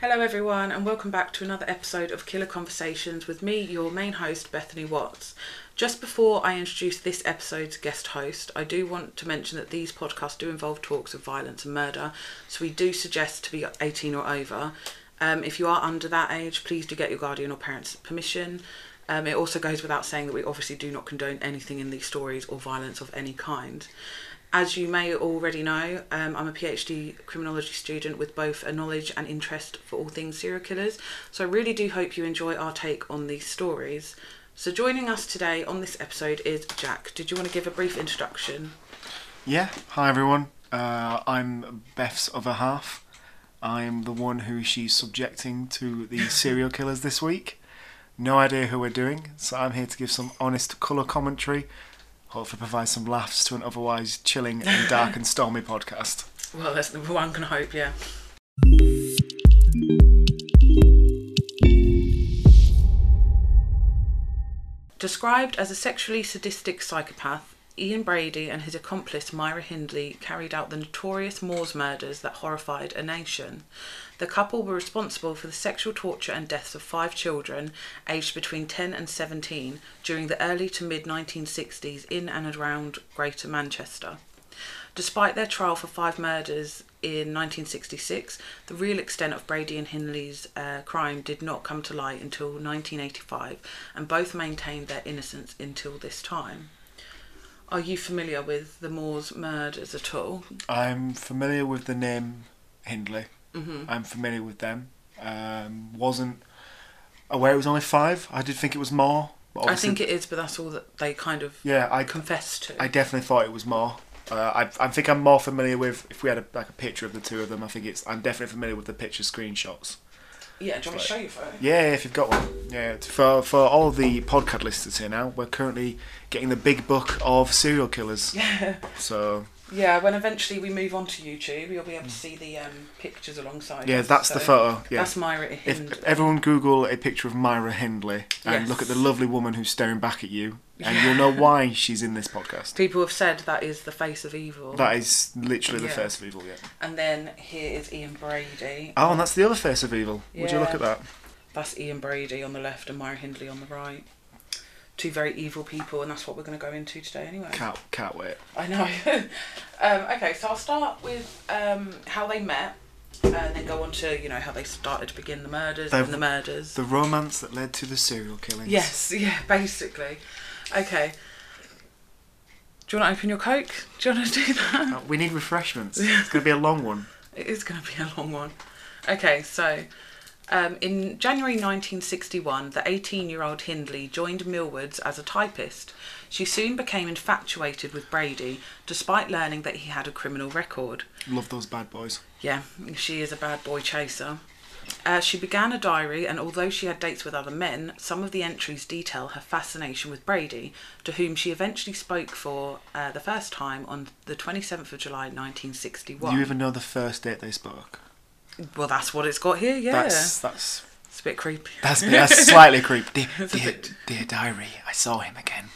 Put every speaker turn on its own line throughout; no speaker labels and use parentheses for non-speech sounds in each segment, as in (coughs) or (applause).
Hello, everyone, and welcome back to another episode of Killer Conversations with me, your main host, Bethany Watts. Just before I introduce this episode's guest host, I do want to mention that these podcasts do involve talks of violence and murder, so we do suggest to be 18 or over. Um, if you are under that age, please do get your guardian or parents' permission. Um, it also goes without saying that we obviously do not condone anything in these stories or violence of any kind. As you may already know, um, I'm a PhD criminology student with both a knowledge and interest for all things serial killers, so I really do hope you enjoy our take on these stories. So, joining us today on this episode is Jack. Did you want to give a brief introduction?
Yeah, hi everyone. Uh, I'm Beth's other half. I'm the one who she's subjecting to the (laughs) serial killers this week. No idea who we're doing, so I'm here to give some honest colour commentary, hopefully provide some laughs to an otherwise chilling (laughs) and dark and stormy podcast.
Well, that's one can hope, yeah. Described as a sexually sadistic psychopath, Ian Brady and his accomplice Myra Hindley carried out the notorious Moors murders that horrified a nation. The couple were responsible for the sexual torture and deaths of five children aged between 10 and 17 during the early to mid 1960s in and around Greater Manchester. Despite their trial for five murders in 1966, the real extent of Brady and Hindley's uh, crime did not come to light until 1985, and both maintained their innocence until this time. Are you familiar with the Moors murders at all?
I'm familiar with the name Hindley.
Mm-hmm.
I'm familiar with them. Um, wasn't aware it was only five. I did think it was more. But
I
obviously-
think it is, but that's all that they kind of
yeah, I
confess to.
I definitely thought it was more. Uh, I, I think I'm more familiar with if we had a, like a picture of the two of them. I think it's I'm definitely familiar with the picture screenshots.
yeah, do you want me to show you photo?
Yeah, if you've got one. Yeah, for for all the podcast listeners here now, we're currently getting the big book of
(laughs)
serial killers.
Yeah.
So
Yeah, when eventually we move on to YouTube, you'll be able to see the um, pictures alongside.
yeah,
us,
that's
so
the photo. Yeah.
That's Myra Hindley.
if everyone Google a picture of Myra Hindley and
Yes.
look at the lovely woman who's staring back at you,
(laughs)
and you'll know why she's in this podcast.
People have said that is the face of evil.
That is literally the
Yeah.
face of evil. Yeah.
And then here is Ian Brady.
Oh, and that's the other face of evil. Would you look
Yeah.
at that?
That's Ian Brady on the left and Myra Hindley on the right. Two very evil people, and that's what we're going to go into today anyway.
Can't can't wait.
I know. (laughs) um, okay, so I'll start with um, how they met, and then go on to you know how they started to begin the murders
They-
and the murders.
The romance that led to the serial killings.
yes, (laughs) yeah, basically. Okay. Do you want to open your coke? Do you want to do that?
Uh, we
(laughs)
need refreshments. It's going to be a long one.
It is going to be a long one. Okay, so um, in January 1961, the 18 year old Hindley joined Millwoods as a typist. She soon became infatuated with Brady, despite learning that he had a criminal record.
Love those bad boys.
Yeah, she is a bad boy chaser. Uh, she began a diary, and although she had dates with other men, some of the entries detail her fascination with Brady, to whom she eventually spoke for uh, the first time on the 27th of July 1961.
Do you even know the first date they spoke?
Well, that's what it's got here, yeah.
That's that's
It's a bit creepy. (laughs)
that's, that's slightly creepy. Dear,
It's a
dear,
bit-
dear diary, I saw him again.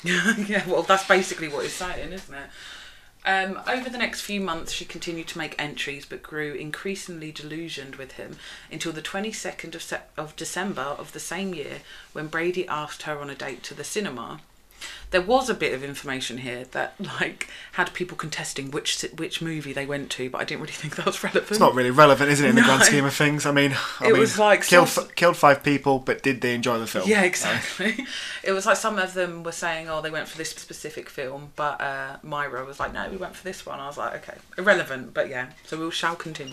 yeah, well, that's basically what it's saying, isn't it? Um, over the next few months, she continued to make entries, but grew increasingly delusioned with him until the 22nd of, Sep of December of the same year, when Brady asked her on a date to the cinema. There was a bit of information here that like had people contesting which si- which movie they went to, but I didn't really (laughs) think that was relevant.
It's not really relevant, is it, in the
(laughs)
grand
No.
scheme of things? I mean, I
It
mean,
was like
killed
some-
f- killed five people, but did they enjoy the film?
Yeah, exactly. (laughs) it was like some of them were saying, "Oh, they went for this specific film," but uh, Myra was like, "No, we went for this one." I was like, "Okay, irrelevant," but yeah. So we shall continue.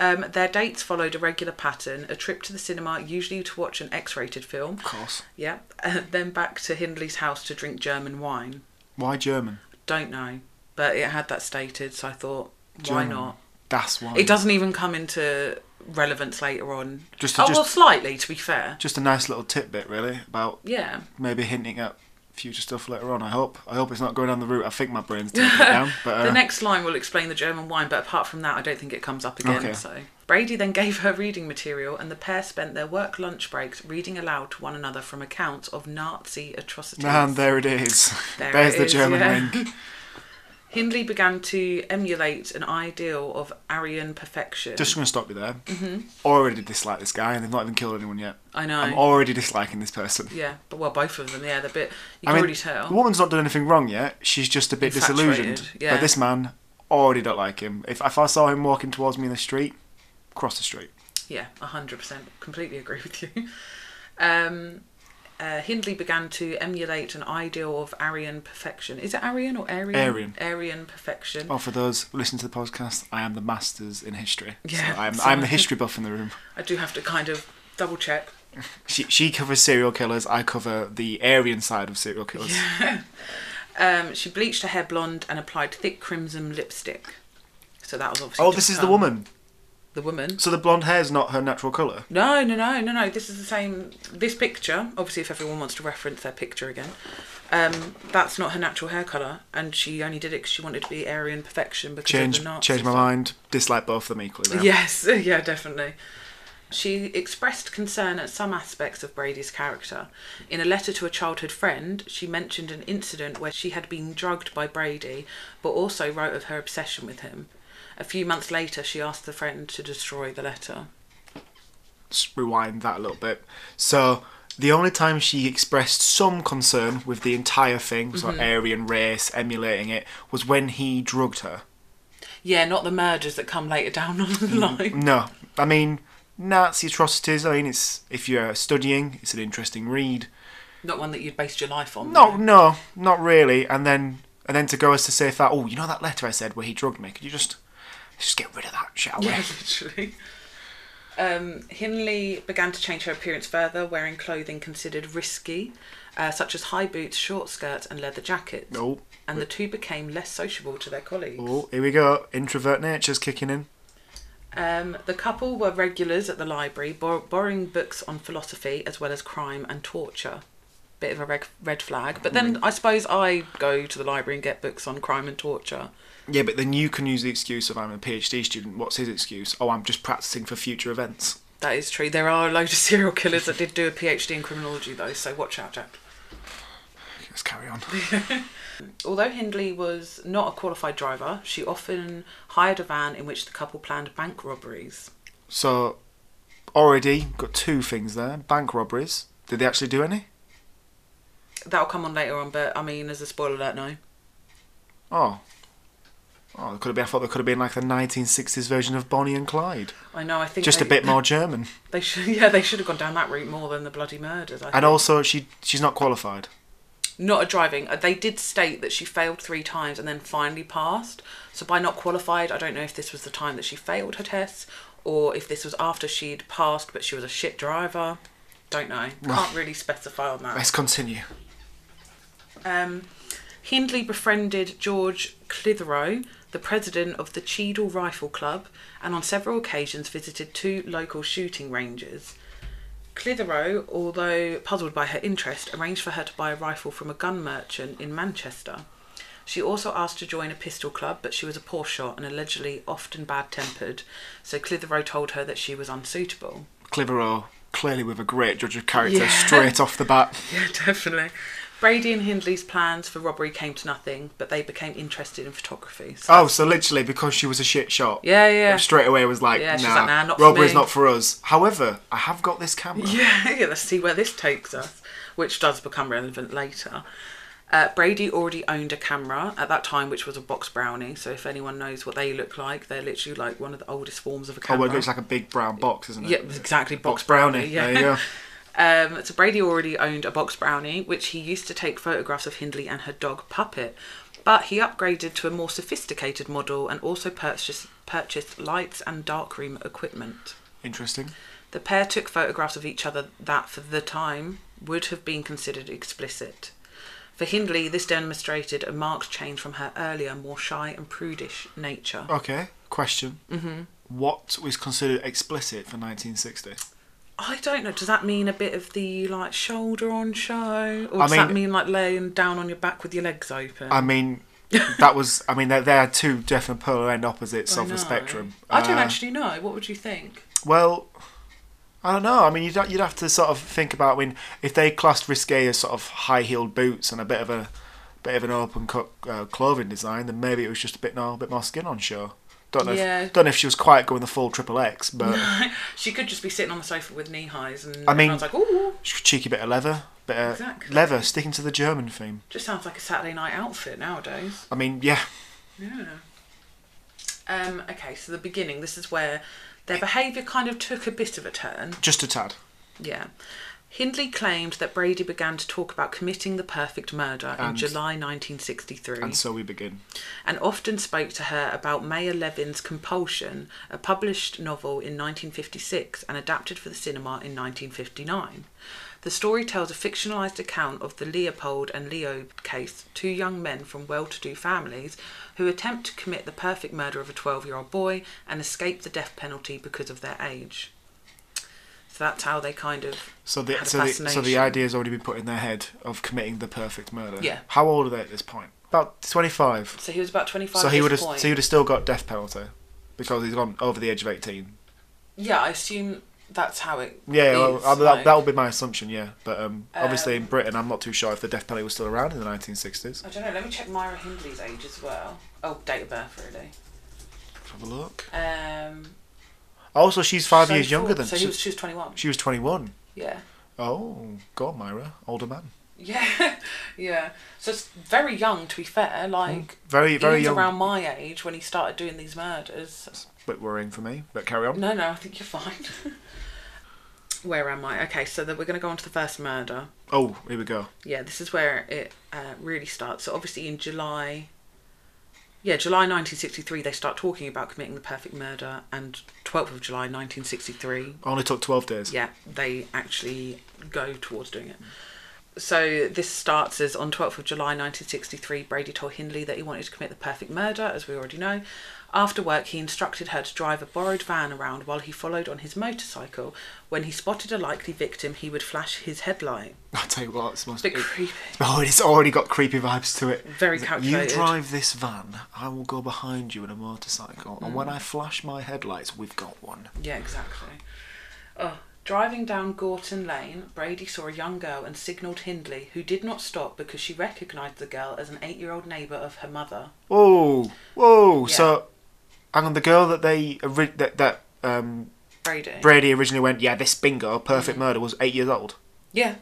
Um, their dates followed a regular pattern: a trip to the cinema, usually to watch an X-rated film.
Of course.
Yeah, (laughs) and then back to Hindley's house to drink German wine.
Why German?
Don't know, but it had that stated, so I thought, why
German.
not?
That's why.
It doesn't even come into relevance later on.
Just to-
oh well,
just-
slightly to be fair.
Just a nice little tidbit, really, about
Yeah.
maybe hinting at future stuff later on. I hope. I hope it's not going down the route. I think my brain's taking it down,
(laughs)
but
The
uh,
next line will explain the German wine, but apart from that, I don't think it comes up again.
Okay.
So Brady then gave her reading material, and the pair spent their work lunch breaks reading aloud to one another from accounts of Nazi atrocities.
man, there it is.
(laughs) There
There's
it
the
is, (laughs)
German
yeah.
wing.
Hindley began to emulate an ideal of Aryan perfection.
Just going to stop you there. Mm-hmm. Already dislike this guy, and they've not even killed anyone yet.
I know.
I'm already disliking this person.
yeah, but well, both of them. Yeah, they're a bit. You
I
can
mean,
already tell.
the woman's not done anything wrong yet. She's just a bit disillusioned.
Infatuated, yeah.
But this man already don't like him. If, if I saw him walking towards me in the street, cross the street.
Yeah, hundred percent. Completely agree with you. (laughs) Um, uh, Hindley began to emulate an ideal of Aryan perfection. Is it Aryan or Aryan?
Aryan.
Aryan perfection.
Well, for those listening to the podcast, I am the masters in history.
Yeah,
so I'm,
so- (laughs)
I'm the history buff in the room.
I do have to kind of double check.
She, she covers serial killers. I cover the Aryan side of serial killers.
Um, she bleached her hair blonde and applied thick crimson lipstick. So that was obviously.
Oh,
to
this is the
come-
woman.
The woman.
So the blonde hair is not her natural colour.
No, no, no, no, no. This is the same. This picture, obviously, if everyone wants to reference their picture again, um, that's not her natural hair colour, and she only did it because she wanted to be Aryan perfection because
Change,
of the Nazis.
change my mind. Dislike both of them equally. Now.
Yes, (laughs) yeah, definitely. She expressed concern at some aspects of Brady's character. In a letter to a childhood friend, she mentioned an incident where she had been drugged by Brady, but also wrote of her obsession with him. A few months later, she asked the friend to destroy the letter.
Just rewind that a little bit. So the only time she expressed some concern with the entire thing, so
Mm-hmm.
Aryan race, emulating it, was when he drugged her.
Yeah, not the murders that come later down (laughs) on the line.
No, I mean Nazi atrocities. I mean, it's if you're studying, it's an interesting read.
Not one that you'd based your life on.
No,
though.
no, not really. And then and then to go as to say that, oh, you know that letter I said where he drugged me. Could you just let's just get rid of that, shall we?
Yeah, literally. Um, Hindley began to change her appearance further, wearing clothing considered risky, uh, such as high boots, short skirts, and leather jackets.
Oh,
And the two became less sociable to their colleagues.
oh, here we go. Introvert nature's kicking in.
Um, the couple were regulars at the library, bor- borrowing books on philosophy as well as crime and torture. Bit of a reg- red flag. But then I suppose I go to the library and get books on crime and torture.
Yeah, but then you can use the excuse of I'm a PhD student. What's his excuse? Oh, I'm just practicing for future events.
That is true. There are a load of (laughs) serial killers that did do a PhD in criminology, though, so watch out, Jack.
Let's carry on.
Although Hindley was not a qualified driver, she often hired a van in which the couple planned bank robberies.
So, already got two things there. Bank robberies. Did they actually do any?
That'll come on later on, but I mean, as a spoiler alert, no.
Oh. Oh, it could have been, I thought there could have been like the 1960s version of Bonnie and Clyde.
I know. I think
Just a
they-
bit more German.
They should, (laughs) yeah, they should have gone down that route more than the bloody murders. I
And
think.
also, she she's not qualified.
Not a driving. Uh, They did state that she failed three times and then finally passed. So by not qualified, I don't know if this was the time that she failed her tests or if this was after she'd passed but she was a shit driver. Don't know. Can't really specify on that.
Let's continue.
Um, Hindley befriended George Clitheroe, the president of the Cheadle Rifle Club, and on several occasions visited two local shooting ranges. Clitheroe, although puzzled by her interest, arranged for her to buy a rifle from a gun merchant in Manchester. She also asked to join a pistol club, but she was a poor shot and allegedly often bad tempered, so Clitheroe told her that she was unsuitable.
Clivero, clearly with a great judge of character,
Yeah.
straight off the bat.
(laughs) Yeah, definitely. Brady and Hindley's plans for robbery came to nothing, but they became interested in photography. So
Oh, so literally because she was a shit shot.
Yeah, yeah. (laughs)
Straight away was like,
Yeah,
nah,
she's like, nah, not for
robbery's
me.
not for us. However, I have got this camera.
Yeah, (laughs) yeah, let's see where this takes us, which does become relevant later. Uh, Brady already owned a camera at that time, which was a box brownie. So if anyone knows what they look like, they're literally like one of the oldest forms of a
Oh,
camera.
well, it looks like a big brown box, isn't it?
yeah, exactly, box,
Box brownie.
brownie. Yeah.
There you go.
(laughs) Um, so Brady already owned a box brownie, which he used to take photographs of Hindley and her dog Puppet, but he upgraded to a more sophisticated model and also purchased purchased lights and darkroom equipment.
Interesting.
The pair took photographs of each other that, for the time, would have been considered explicit. For Hindley, this demonstrated a marked change from her earlier, more shy and prudish nature.
Okay, question. Mm-hmm. What was considered explicit for 1960?
Oh. I don't know. Does that mean a bit of the like shoulder on show, or
I
does that
mean-
mean like laying down on your back with your legs open?
I mean, that was. I mean, they're, they're two definite polar end opposites
I
of
know.
the spectrum.
I don't
Uh,
actually know. What would you think? (laughs)
Well, I don't know. I mean, you'd ha- you'd have to sort of think about. I mean, if they classed risque as sort of high heeled boots and a bit of a bit of an open cut uh, clothing design, then maybe it was just a bit, no, a bit more skin on show. Don't know.
Yeah.
If, don't know if she was quite going the full triple
(laughs)
X, but
she could just be sitting on the sofa with knee highs, and
I mean-
everyone's like, "Ooh,
cheeky bit of leather, bit of
Exactly.
leather, sticking to the German theme.
just sounds like a Saturday night outfit nowadays."
I mean, yeah,
Yeah. Um, okay, so the beginning. This is where their behaviour kind of took a bit of a turn.
just a tad.
Yeah. Hindley claimed that Brady began to talk about committing the perfect murder in
And-
July 1963
And so we begin.
and often spoke to her about Mayor Levin's Compulsion, a published novel in 1956 and adapted for the cinema in 1959. The story tells a fictionalized account of the Leopold and Leo case, two young men from well to do families who attempt to commit the perfect murder of a 12 year old boy and escape the death penalty because of their age. So that's how they kind of.
So the
had a
so the, so the
fascination.
idea's already been put in their head of committing the perfect murder.
Yeah.
How old are they at this point? About twenty five.
So he was about 25
So he
at
would
this
have so
point.
he would have still got death penalty because he's gone over the age of eighteen.
Yeah, I assume that's how it.
Yeah, well,
is,
I-
like-
that, that would be my assumption. Yeah, but um, obviously in
Um,
Britain, I'm not too sure if the death penalty was still around in the nineteen sixties.
I don't know. Let me check Myra Hindley's age as well. Oh, date of birth, really.
Have a look.
Um,
Also, she's five
so
years younger
four-
than
So
she,
he was, she was 21.
she was twenty one.
Yeah. (laughs)
Oh, go on, Myra, older man.
Yeah. yeah. So it's very young, to be fair. Like,
Very
he
Hmm. very
was
young.
around my age when he started doing these murders.
Bit worrying for me, but carry on.
No, no, I think you're fine. (laughs) Where am I? Okay, so that we're going to go on to the first murder.
Oh, here we go.
yeah, this is where it uh, really starts. So obviously in July, yeah, July 1963, they start talking about committing the perfect murder, and 12th of July 1963,
Only took twelve (laughs) days.
yeah, they actually go towards doing it. So this starts as on 12th of July 1963, Brady told Hindley that he wanted to commit the perfect murder, as we already know. After work, he instructed her to drive a borrowed van around while he followed on his motorcycle. When he spotted a likely victim, he would flash his headlight.
I tell you what, it's most.
It's a bit creepy.
Oh, it's already got creepy vibes to it.
Very
It's like,
calculated.
You drive this van, I will go behind you in a motorcycle, and
Mm.
when I flash my headlights, we've got one.
Yeah, exactly. Oh, driving down Gorton Lane, Brady saw a young girl and signalled Hindley, who did not stop because she recognised the girl as an eight year old neighbour of her mother.
Whoa, whoa!
Yeah.
So, hang on, the girl that they ori- that that um,
Brady.
Brady originally went, yeah, this bingo, perfect
Mm.
murder, was eight years old.
yeah.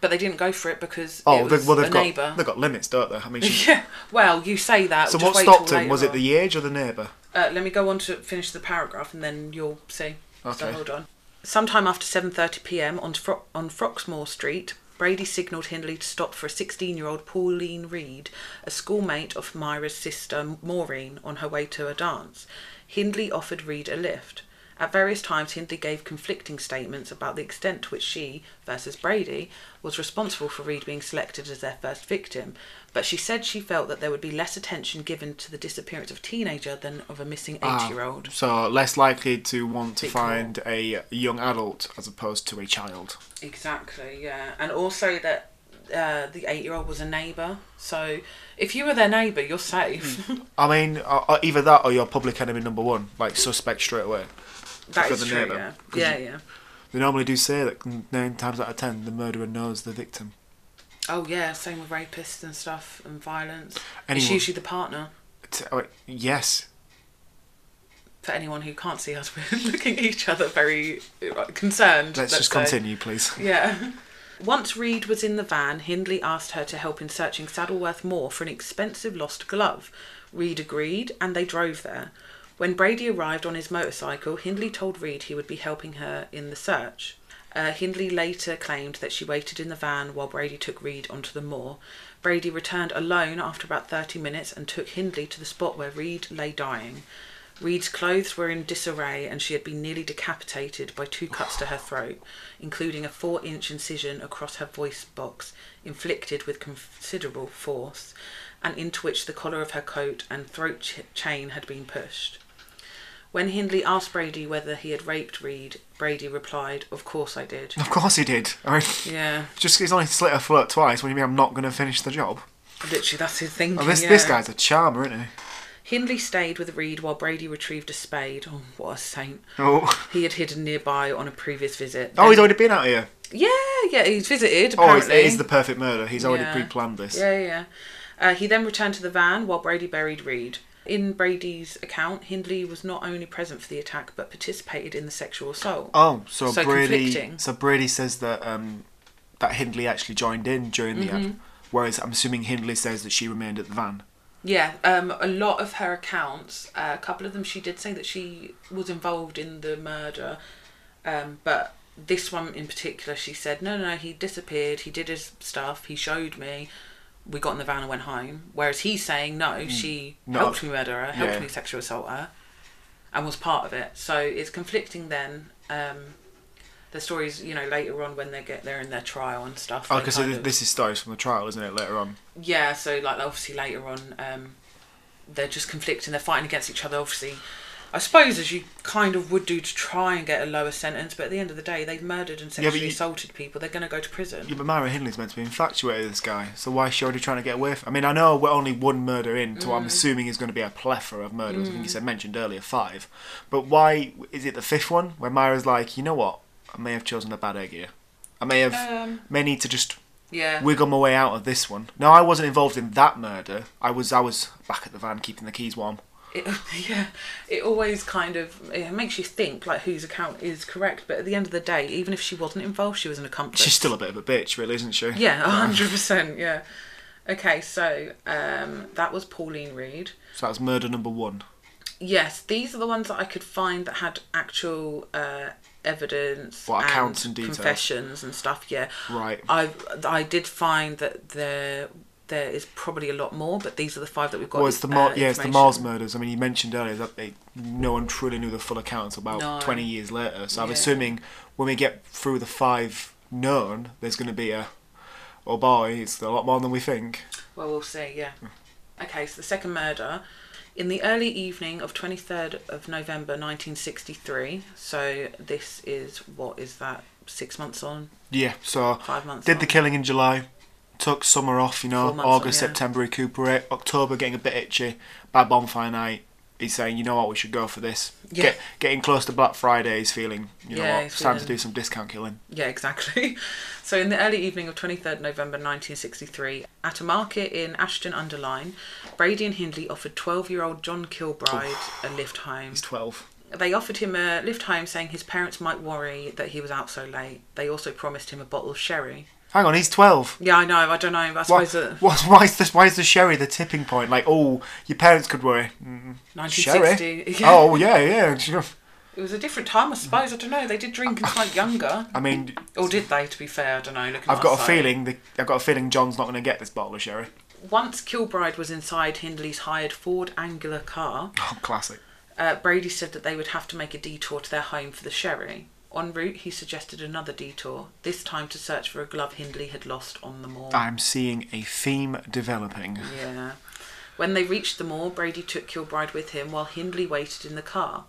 But they didn't go for it because
Oh,
it
they,
was
well,
a
they've got
neighbour.
they've got limits, don't they?
(laughs)
I mean, she,
yeah. Well, you say that.
so
just
what
wait
stopped
till
him? Was it
later
the age or the neighbour?
Uh, let me go on to finish the paragraph and then you'll see. So
Okay.
hold on. Sometime after 7:30 p.m. on Fro- on Froxmoor Street, Brady signalled Hindley to stop for a 16-year-old Pauline Reed, a schoolmate of Myra's sister Maureen, on her way to a dance. Hindley offered Reed a lift. At various times, Hindley gave conflicting statements about the extent to which she, versus Brady, was responsible for Reed being selected as their first victim, but she said she felt that there would be less attention given to the disappearance of a teenager than of a missing
Ah,
eight-year-old.
So less likely to want to
Bit more.
find a young adult as opposed to a child.
Exactly, yeah. And also that uh, the eight year old was a neighbour. So if you were their neighbour, you're safe. (laughs)
I mean, uh, uh, either that or you're public enemy number one, like suspect straight away.
that
For
is
the
true,
neighbour,
yeah.
'cause
Yeah,
you-
yeah.
They normally do say that nine times out of ten, the murderer knows the victim.
Oh, yeah, same with rapists and stuff and violence. It's
Anyone-
usually the partner
T- oh, wait, yes,
for anyone who can't see us. (laughs) We're looking at each other very uh, concerned.
let's just
say.
continue, please.
Yeah. Once Reed was in the van, Hindley asked her to help in searching Saddleworth Moor for an expensive lost glove. Reed agreed, and they drove there. When Brady arrived on his motorcycle, Hindley told Reed he would be helping her in the search. Uh, Hindley later claimed that she waited in the van while Brady took Reed onto the moor. Brady returned alone after about 30 minutes and took Hindley to the spot where Reed lay dying. Reed's clothes were in disarray and she had been nearly decapitated by two cuts
(sighs)
to her throat, including a four inch incision across her voice box, inflicted with considerable force, and into which the collar of her coat and throat ch- chain had been pushed. When Hindley asked Brady whether he had raped Reed, Brady replied, Of course I
(sighs)
did.
Of course he did. I mean, (laughs)
Yeah,
just 'cause he's only slit her throat twice. What do you mean I'm not going to finish the job?
literally, that's his thing.
Oh, this
yeah.
this guy's a charmer, isn't he?
Hindley stayed with Reed while Brady retrieved a spade. Oh, what a saint.
Oh,
He had hidden nearby on a previous visit.
oh,
Then-
he's already been out here.
Yeah, yeah, he's visited.
Oh,
Apparently.
it's, it is the perfect murder. He's already
Yeah.
pre-planned this.
Yeah, yeah. Uh, he then returned to the van while Brady buried Reed. In Brady's account, Hindley was not only present for the attack but participated in the sexual assault.
Oh, so,
So
Brady.
conflicting.
So Brady says that um, that Hindley actually joined in during the
Mm-hmm.
app, whereas I'm assuming Hindley says that she remained at the van.
Yeah, um, a lot of her accounts, uh, a couple of them, she did say that she was involved in the murder, um, but this one in particular, she said, no, no, no, he disappeared, he did his stuff, he showed me, we got in the van and went home. Whereas he's saying, no, she
Mm, No.
helped me murder her, helped
Yeah.
me sexual assault her, and was part of it. So it's conflicting then. Um, the stories, you know, later on when they get there in their trial and stuff.
Oh,
they
because so
kind
th-
of-
this is stories from the trial, isn't it? Later on.
yeah, so like obviously later on, um, they're just conflicting. They're fighting against each other. Obviously, I suppose as you kind of would do to try and get a lower sentence, but at the end of the day, they've murdered and
Yeah, but
sexually
you-
assaulted people. They're going to go to prison.
Yeah, but Myra Hindley's meant to be infatuated with this guy, so why is she already trying to get away from? I mean, I know we're only one murder in, so I'm assuming is going to be a plethora of murders. I think you said mentioned earlier five, but why is it the fifth one where Myra's like, you know what, I may have chosen a bad idea, I may have
Um,
may need to just
yeah,
wiggle my way out of this one. No, I wasn't involved in that murder. I was I was back at the van keeping the keys warm.
it, (laughs) yeah. It always kind of it makes you think like whose account is correct. But at the end of the day, even if she wasn't involved, she was an accomplice.
She's still a bit of a bitch, really, isn't she?
yeah,
(sighs)
hundred percent. Yeah. Okay, so um, that was Pauline Reed.
So that's murder number one.
Yes, these are the ones that I could find that had actual uh, evidence,
What, accounts and details?
confessions and stuff. Yeah,
Right.
I I did find that there there is probably a lot more, but these are the five that we've got.
Well, it's the Mar-
uh,
yeah, it's the
information.
Mars murders. I mean, you mentioned earlier that they, no one truly knew the full accounts about
No.
20 years later. So I'm
Yeah.
assuming when we get through the five known, there's going to be a, oh boy, it's a lot more than we think.
Well, we'll see. Yeah.
Hmm.
Okay, so the second murder. In the early evening of 23rd of November 1963, so this is what is that, six months on,
Yeah, so
five months
did
on?
the killing in July, took summer off, you know,
Four months
August,
off, yeah.
September, recuperate, October getting a bit itchy, bad bonfire night. He's saying, you know what, we should go for this.
Yeah.
Get, getting close to Black Friday, he's feeling, you know
Yeah,
what,
he's
it's time to
feeling-
do some discount killing.
Yeah, exactly. (laughs) So, in the early evening of 23rd November 1963, at a market in Ashton under Lyne, Brady and Hindley offered 12 year old John Kilbride a lift home.
He's 12.
They offered him a lift home, saying his parents might worry that he was out so late. They also promised him a bottle of sherry.
Hang on, he's 12.
Yeah, I know, I don't know, I
Why,
suppose that
why, why is this? Why is the sherry the tipping point? Like, oh, your parents could worry. Mm, Sherry.
1960. (laughs) Yeah,
(laughs) Oh yeah, yeah. sure.
It was a different time, I suppose. I don't know. They did drink and smoke younger. (laughs)
I mean,
Or did they, to be fair? I don't know. Looking
I've got a
outside.
feeling. That, I've got a feeling John's not going to get this bottle of sherry. (laughs)
Once Kilbride was inside Hindley's hired Ford Angular car,
Oh, classic.
Uh, Brady said that they would have to make a detour to their home for the sherry. En route, he suggested another detour, this time to search for a glove Hindley had lost on the moor.
I'm seeing a theme developing.
Yeah. When they reached the moor, Brady took Kilbride with him while Hindley waited in the car.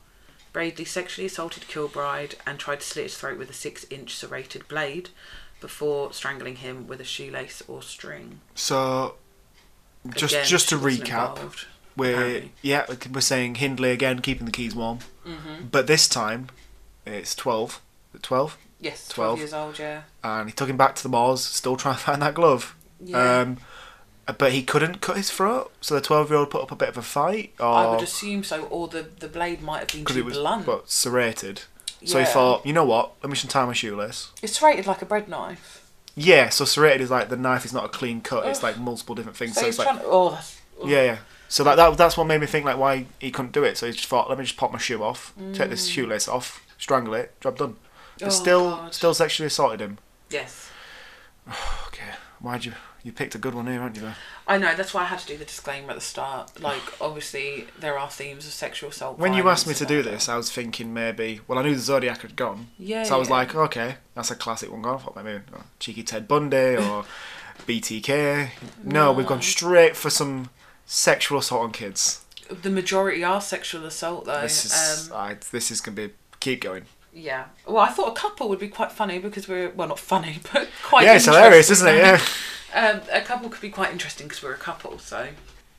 Brady sexually assaulted Kilbride and tried to slit his throat with a six inch serrated blade before strangling him with a shoelace or string.
So, just
Again,
just to
she wasn't
recap,
involved,
we're
apparently.
yeah we're saying Hindley again, keeping the keys warm,
Mm-hmm.
but this time it's twelve. Twelve.
Yes,
12.
12 years old, yeah.
and he took him back to the moors, still trying to find that glove.
Yeah.
Um, but he couldn't cut his throat, so the twelve-year-old put up a bit of a fight,
I
or
would assume so, or the, the blade might have been
because
too
it was
blunt.
But serrated. So
Yeah.
he thought, you know what? Let me just tie my shoelace.
It's serrated like a bread knife.
Yeah, so serrated is like the knife is not a clean cut; it's
Ugh.
like multiple different things.
So,
So,
he's
it's like,
trying to. Oh, that's. oh.
yeah, yeah. So that, that that's what made me think like why he couldn't do it. So he just thought, let me just pop my shoe off, take this shoelace off, strangle it, job done. But
Mm. Oh,
still,
God.
still sexually assaulted him.
Yes.
Okay, why'd you you picked a good one here, haven't you? Though?
I know, that's why I had to do the disclaimer at the start. Like, obviously, there are themes of sexual assault.
When you
violence
asked me to
and
do
that.
this, I was thinking maybe. Well, I knew the Zodiac had gone,
Yeah,
so I was
yeah.
like, okay, that's a classic one gone. I thought maybe oh, cheeky
(laughs)
Ted Bundy or BTK. No, we've gone straight for some sexual assault on kids.
The majority are sexual assault, though.
This is
Um,
I, this is gonna be keep going.
yeah. Well, I thought a couple would be quite funny because we're. Well, not funny, (laughs) but quite
yeah, it's hilarious, isn't
interesting.
it?
(laughs)
Yeah.
Um, a couple could be quite interesting because we're a couple, so.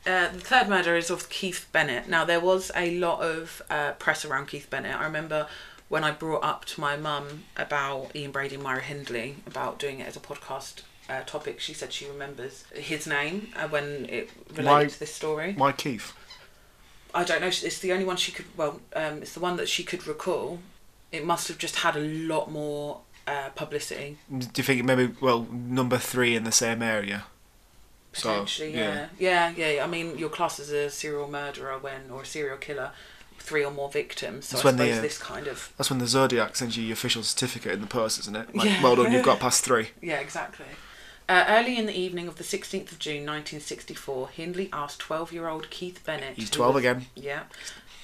Uh, the third murder is of Keith Bennett. Now, there was a lot of uh, press around Keith Bennett. I remember when I brought up to my mum about Ian Brady and Myra Hindley about doing it as a podcast uh, topic, she said she remembers his name uh, when it related
Why-
to this story.
Why Keith?
I don't know. It's the only one she could. Well, um, it's the one that she could recall. It must have just had a lot more uh, publicity
Do you think maybe well number three in the same area? So,
potentially.
yeah.
yeah. yeah, yeah, I mean, your class is a serial murderer when, or a serial killer, three or more victims. So
That's
I
when they,
suppose
uh,
this kind of
That's when the Zodiac sends you your official certificate in the post, isn't it? Like,
Yeah.
well
(laughs)
done, you've got past three.
Yeah, exactly. Uh, early in the evening of the 16th of June 1964, Hindley asked 12 year old Keith Bennett.
He's
who
12
was-
again.
Yeah.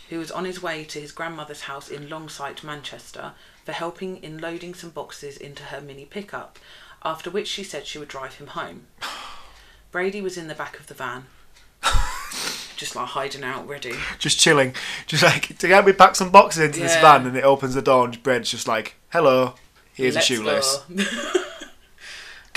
Who was on his way to his grandmother's house in Longsight, Manchester, for helping in loading some boxes into her mini pickup, after which she said she would drive him
(sighs)
home. Brady was in the back of the
(laughs)
van, just like hiding out, ready.
Just chilling. Just like, to help me pack some boxes into this
Yeah.
van, and it opens the door, and Bread's just like, hello, here's
Let's
a shoelace.
go. (laughs)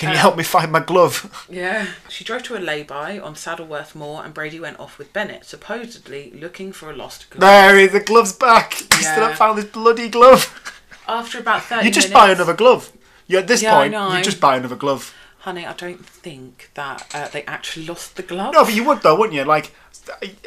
Um,
Can you help me find my glove? (laughs)
Yeah. She drove to a lay-by on Saddleworth Moor and Brady went off with Bennett, supposedly looking for a lost glove.
there, he- the glove's back. (laughs) You still
Yeah.
haven't found this
(laughs)
bloody glove.
After about 30
You just
minutes,
buy another glove. You at this
Yeah, I
point,
know.
you just buy another glove.
Honey, I don't think that uh, they actually lost the glove.
No, but you would though, wouldn't you? Like,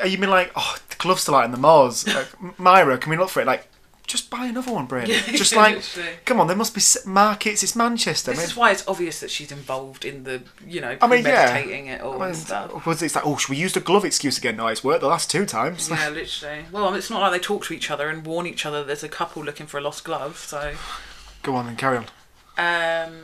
are you mean like, oh, the glove's still out in
(laughs)
the moors? Like, M- Myra, can we look for it? Like, just buy another one, Brady.
(laughs) Yeah,
just like,
literally.
come on, there must be s- markets. It's Manchester. I
This
mean-
is why it's obvious that she's involved in the, you know,
I mean, yeah.
meditating it all
I mean,
and stuff.
was it's like, oh, should we use the glove excuse again? No, it's worked the last two times.
Yeah, literally. Well, I mean, it's not like they talk to each other and warn each other there's a couple looking for a lost glove, so.
(laughs) Go on then, carry on.
Um,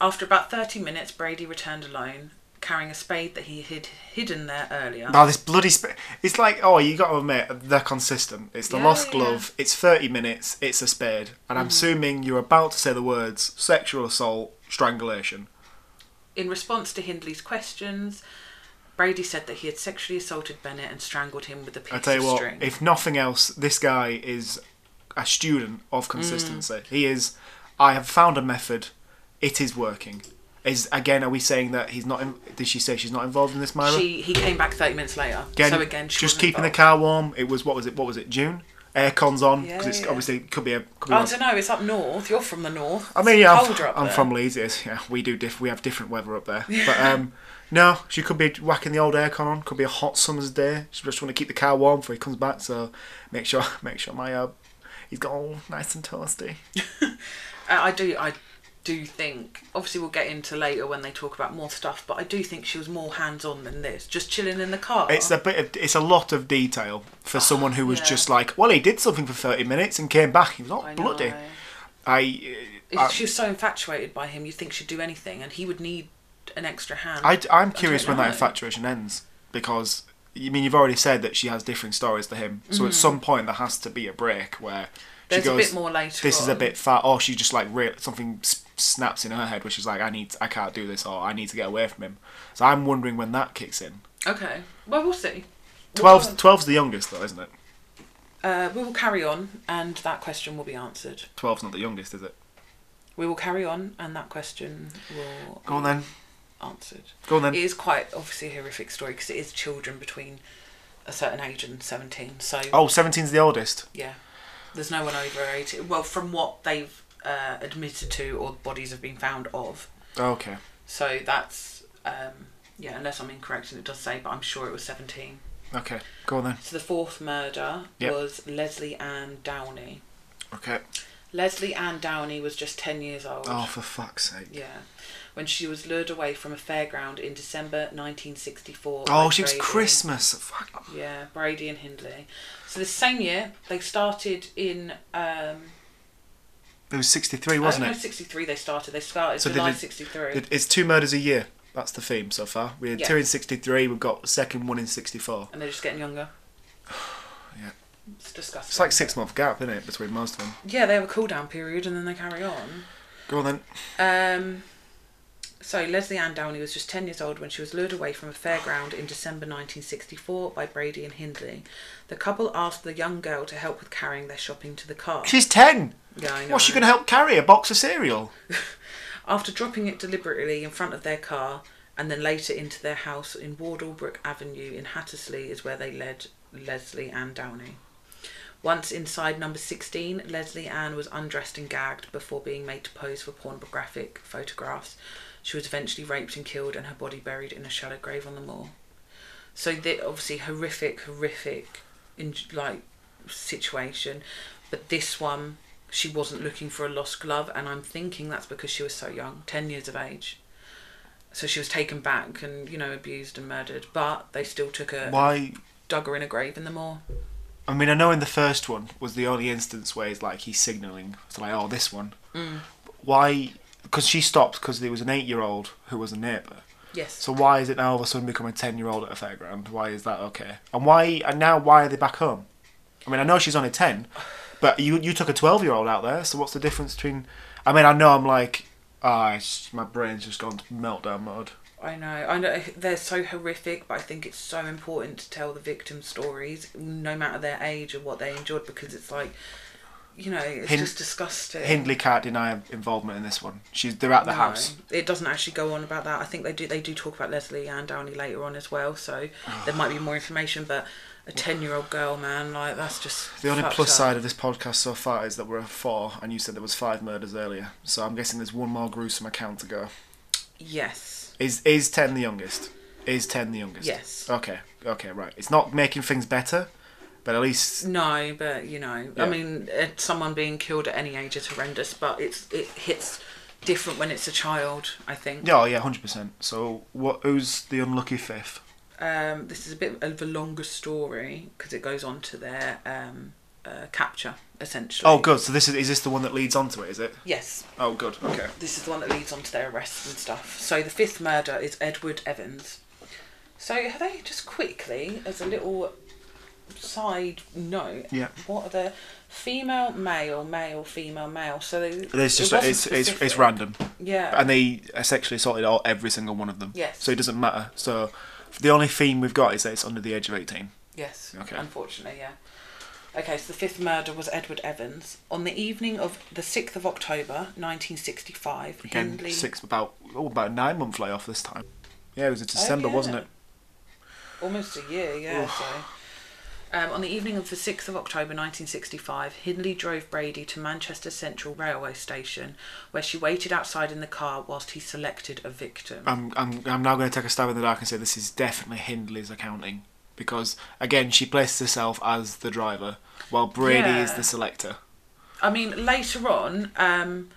after about 30 minutes, Brady returned alone, carrying a spade that he had hidden there earlier.
Now Oh, this bloody, sp- it's like, oh, you got to admit they're consistent. It's the
Yeah,
lost
yeah. Mm-hmm.
glove. It's thirty minutes. It's a spade, and I'm assuming you're about to say the words sexual assault, strangulation.
In response to Hindley's questions, Brady said that he had sexually assaulted Bennett and strangled him with a piece
I tell you
of
what,
string.
if nothing else, this guy is a student of
Mm.
consistency. He is. I have found a method. It is working. Is again? Are we saying that he's not? In- did she say she's not involved in this, Myra?
she he came back 30 minutes later.
Again,
so again, she
just
wasn't
keeping the
involved.
car warm. It was what was it? What was it? June. Aircon's on because
Yeah,
it's
yeah.
obviously it could be a. Could be
I
one-
don't know. It's up north. You're from the north.
I mean, yeah,
It's
I'm,
colder up
I'm
there.
from Leeds. It is, yeah, we do diff. We have different weather
(laughs)
up there. But um, no, she could be whacking the old aircon on. Could be a hot summer's day. She just want to keep the car warm before he comes back. So make sure, (laughs) make sure my uh, he's got all nice and toasty.
Uh, I do. I do think. Obviously, we'll get into later when they talk about more stuff. But I do think she was more hands-on than this. Just chilling in the car.
It's a bit. Of, it's a lot of detail for someone who was
yeah.
just like, well, he did something for thirty minutes and came back. He was not
I know.
bloody. I.
If
uh,
she was so infatuated by him, you'd think she'd do anything, and he would need an extra hand.
I, I'm curious when that
know.
infatuation ends because you mean you've already said that she has different stories to him. So at some point there has to be a break where
Mm. There's
she
a
goes,
bit more later.
"This is a
on.
bit far," or she just like re- something s- snaps in her head, which is like, "I need, I can't do this," or "I need to get away from him." So I'm wondering when that kicks in.
Okay. Well, we'll see. We'll
12's,
go
12's the youngest though, isn't it?
on. Uh, we will carry on, and that question will be answered.
12's not the youngest, is it?
We will carry on, and that question will
Go on
be
then,
answered.
go on
It
then.
is quite obviously a horrific story because it is children between a certain age and 17. So,
Oh, 17's the oldest.
yeah, there's no one over 18. Well, from what they've uh, admitted to or bodies have been found of.
Okay.
So that's, um, yeah, unless I'm incorrect and it does say, but I'm sure it was 17.
Okay. Go on then.
So the fourth murder
Yep.
was Leslie Ann Downey.
Okay.
Leslie Ann Downey was just 10 years old.
Oh, for fuck's sake.
Yeah. When she was lured away from a fairground in December 1964.
Oh,
by
she was
Brady.
Christmas. Fuck.
Yeah, Brady and Hindley. So the same year, they started in. Um,
It was 63,
I don't
wasn't
know,
it?
63 they started. They started
So they
July
did-
63.
It, it's two murders a year. That's the theme so far. We had
Yeah.
two in '63. We've got second one in '64.
and they're just getting younger.
(sighs) Yeah.
It's disgusting.
It's like six month gap, isn't it, between most of them?
Yeah, they have a cool down period and then they carry on.
Go on then.
Um, so Leslie Ann Downey was just 10 years old when she was lured away from a fairground in December 1964 by Brady and Hindley. The couple asked the young girl to help with carrying their shopping to the car.
She's ten.
Yeah, I know.
What's she gonna help carry? A box of cereal?
(laughs) After dropping it deliberately in front of their car and then later into their house in Wardlebrook Avenue in Hattersley is where they led Leslie Ann Downey. Once inside number 16, Leslie Ann was undressed and gagged before being made to pose for pornographic photographs. She was eventually raped and killed, and her body buried in a shallow grave on the moor. So, the, obviously, horrific, horrific, in, like situation. But this one, she wasn't looking for a lost glove, and I'm thinking that's because she was so young, ten years of age. So she was taken back and you know abused and murdered, but they still took her,
Why?
dug her in a grave in the moor.
I mean, I know in the first one was the only instance where it's like he's signalling, it's like, oh, this one. But Why? Because she stopped because there was an eight-year-old who was a neighbour.
Yes.
So why is it now all of a sudden become a ten-year-old at a fairground? Why is that okay? And why? And now why are they back home? I mean, I know she's only ten, but you you took a twelve-year-old out there. So what's the difference between? I mean, I know I'm like, ah, it's my brain's just gone to meltdown mode.
I know. I know they're so horrific, but I think it's so important to tell the victim stories, no matter their age or what they endured, because it's like, you know, it's
Hind-
just disgusting.
Hindley can't deny involvement in this one. She's they're at the
No,
house.
It doesn't actually go on about that. I think they do. They do talk about Leslie and Downey later on as well. So
Ah.
there might be more information. But a ten-year-old girl, man, like that's just
The only
fucked
plus
up.
side of this podcast so far is that we're at four, and you said there was five murders earlier. So I'm guessing there's one more gruesome account to go.
Yes.
Is is ten the youngest? Is ten the youngest?
Yes.
Okay. Okay. Right. It's not making things better, but at least
No, but you know,
Yeah.
I mean, uh, someone being killed at any age is horrendous, but it's it hits different when it's a child. I think.
yeah, oh, yeah, hundred percent. So what? Who's the unlucky fifth?
um, this is a bit of a longer story because it goes on to their um, uh, capture essentially.
Oh, good. So this is is this the one that leads onto it? Is it?
Yes,
Oh, good. Okay.
this is the one that leads on to their arrest and stuff. So the fifth murder is Edward Evans. So have they just quickly, as a little side note,
Yeah.
what are the female, male, male, female, male? So they,
It's
it
just
wasn't
it's, it's it's
specific.
random,
Yeah,
and they sexually assaulted all every single one of them.
Yes.
So it doesn't matter. So the only theme we've got is that it's under the age of eighteen.
Yes.
Okay.
Unfortunately, yeah. Okay, so the fifth murder was Edward Evans. On the evening of the 6th of October 1965,
Again,
Hindley.
six about oh, about a nine month layoff this time. Yeah, it was in December,
Oh, yeah.
wasn't it?
Almost a year, yeah. so. Um, on the evening of the 6th of October 1965, Hindley drove Brady to Manchester Central Railway Station, where she waited outside in the car whilst he selected a victim.
I'm I'm I'm now going to take a stab in the dark and say this is definitely Hindley's accounting because again she places herself as the driver while Brady is
Yeah.
the selector.
I mean, later on, um,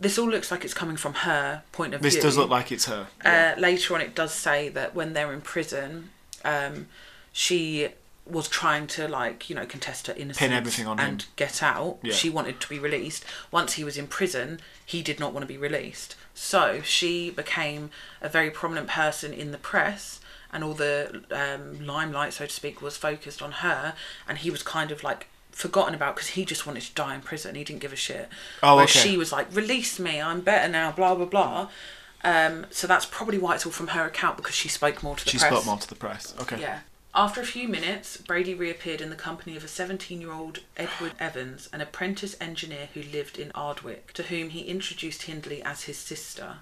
this all looks like it's coming from her point of
This
view.
does look like it's her.
Uh, later on, it does say that when they're in prison, um, she was trying to like you know contest her innocence
everything on him.
and get out.
Yeah.
She wanted to be released. Once he was in prison, he did not want to be released. So she became a very prominent person in the press. And all the um, limelight, so to speak, was focused on her, and he was kind of like forgotten about because he just wanted to die in prison. He didn't give a shit.
Oh,
Whereas
okay.
she was like, "Release me, I'm better now." Blah blah blah. Um, so that's probably why it's all from her account because she spoke more to the
she
press.
spoke more to the press. Okay.
Yeah. After a few minutes, Brady reappeared in the company of a 17 year old Edward Evans, an apprentice engineer who lived in Ardwick, to whom he introduced Hindley as his sister.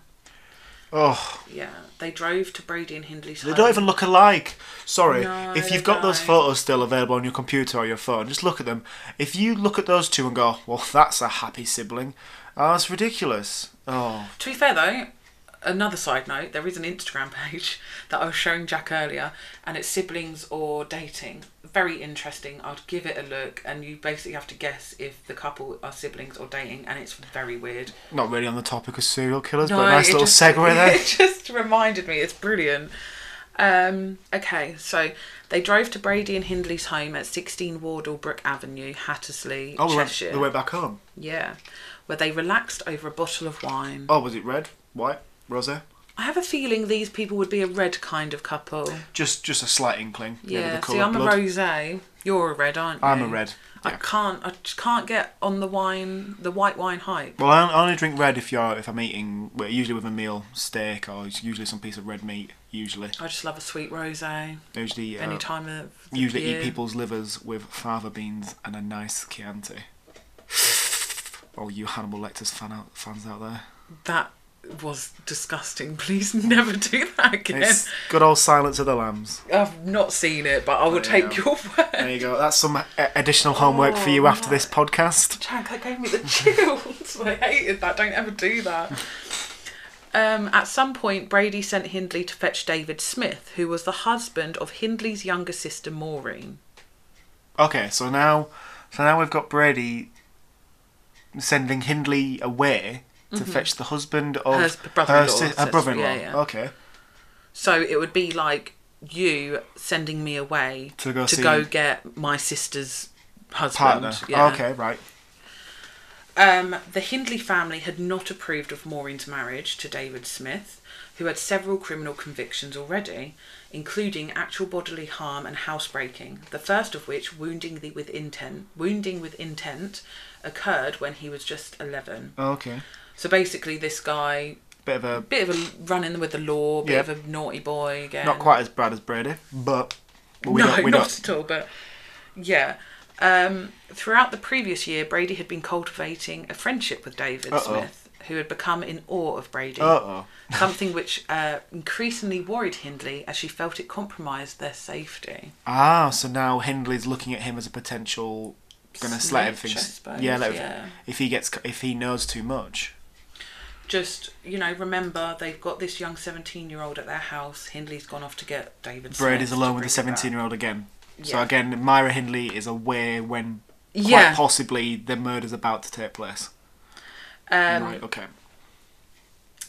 Oh,
Yeah. They drove to Brady and Hindley's
they
home.
don't even look alike. Sorry,
No,
if
they
you've got those
don't.
photos still available on your computer or your phone, just look at them. If you look at those two and go, "Well, that's a happy sibling," oh, that's ridiculous. Oh,
To be fair though, another side note, there is an Instagram (laughs) page that I was showing Jack earlier, and it's siblings or dating. Very interesting. I'd give it a look, and you basically have to guess if the couple are siblings or dating, and it's very weird.
not really on the topic of serial killers,
No,
but a nice
it
little
just-
segue
(laughs)
there.
It just reminded me. It's brilliant. Um, okay, so they drove to Brady and Hindley's home at 16 Wardle Brook Avenue, Hattersley,
Oh, we went,
Cheshire.
we went back home.
Yeah, where they relaxed over a bottle of wine.
Oh, was it red, white, rosé?
I have a feeling these people would be a red kind of couple.
Just just a slight inkling. maybe
Yeah.
the colour
See, I'm
of
a
blood.
rosé. You're a red, aren't you?
I'm a red,
I
yeah.
can't. I just can't get on the wine, the white wine hype.
Well, I I only drink red if you're if I'm eating. Well, usually with a meal, steak or it's usually some piece of red meat. Usually,
I just love a sweet rosé.
I usually uh,
Any time of the
usually
year.
eat people's livers with fava beans and a nice (sighs) Chianti. Oh, you Hannibal Lecter's fan out, fans out there.
That was disgusting. (laughs) Please never do that again.
It's good old Silence of the Lambs.
I've not seen it, but I will
There you
take
go.
your (laughs) word.
There you go. That's some a- additional homework for you
Oh,
after this podcast.
Jack, that gave me
(laughs)
the chills. (laughs) I hated that. Don't ever do that. Um, at some point, Brady sent Hindley to fetch David Smith, who was the husband of Hindley's younger sister Maureen.
Okay, so now, so now we've got Brady sending Hindley away to fetch the husband of
Mm-hmm. Her s- brother-in-law,
si-
so it's-
her brother-in-law.
yeah, yeah.
Okay,
So it would be like you sending me away
To go see-
get my sister's husband.
partner.
Yeah.
Okay, right.
Um, the Hindley family had not approved of Maureen's marriage to David Smith, who had several criminal convictions already, including actual bodily harm and housebreaking. The first of which, wounding the with intent, wounding with intent, occurred when he was just eleven.
Okay,
So basically, this guy,
bit of a
bit of a run in with the law, bit
Yep.
of a naughty boy again.
not quite as bad as Brady, but but we
Um, no,
don't. We
not
don't.
at all. But yeah, um, throughout the previous year, Brady had been cultivating a friendship with David
Uh-oh.
Smith, who had become in awe of Brady.
Uh oh.
Something which uh, increasingly worried Hindley as she felt it compromised their safety.
Ah, so now Hindley's looking at him as a potential gonna let him
Snitch, I
think.
suppose,
yeah, let him-
yeah.
if he gets if he knows too much.
Just you know, remember they've got this young seventeen-year-old at their house. Hindley's gone off to get David.
Brady's
Smith
alone
to bring
with the
him back.
seventeen-year-old again. So
Yeah.
again, Myra Hindley is away when quite
Yeah.
possibly the murder's about to take place.
Um,
right. Okay.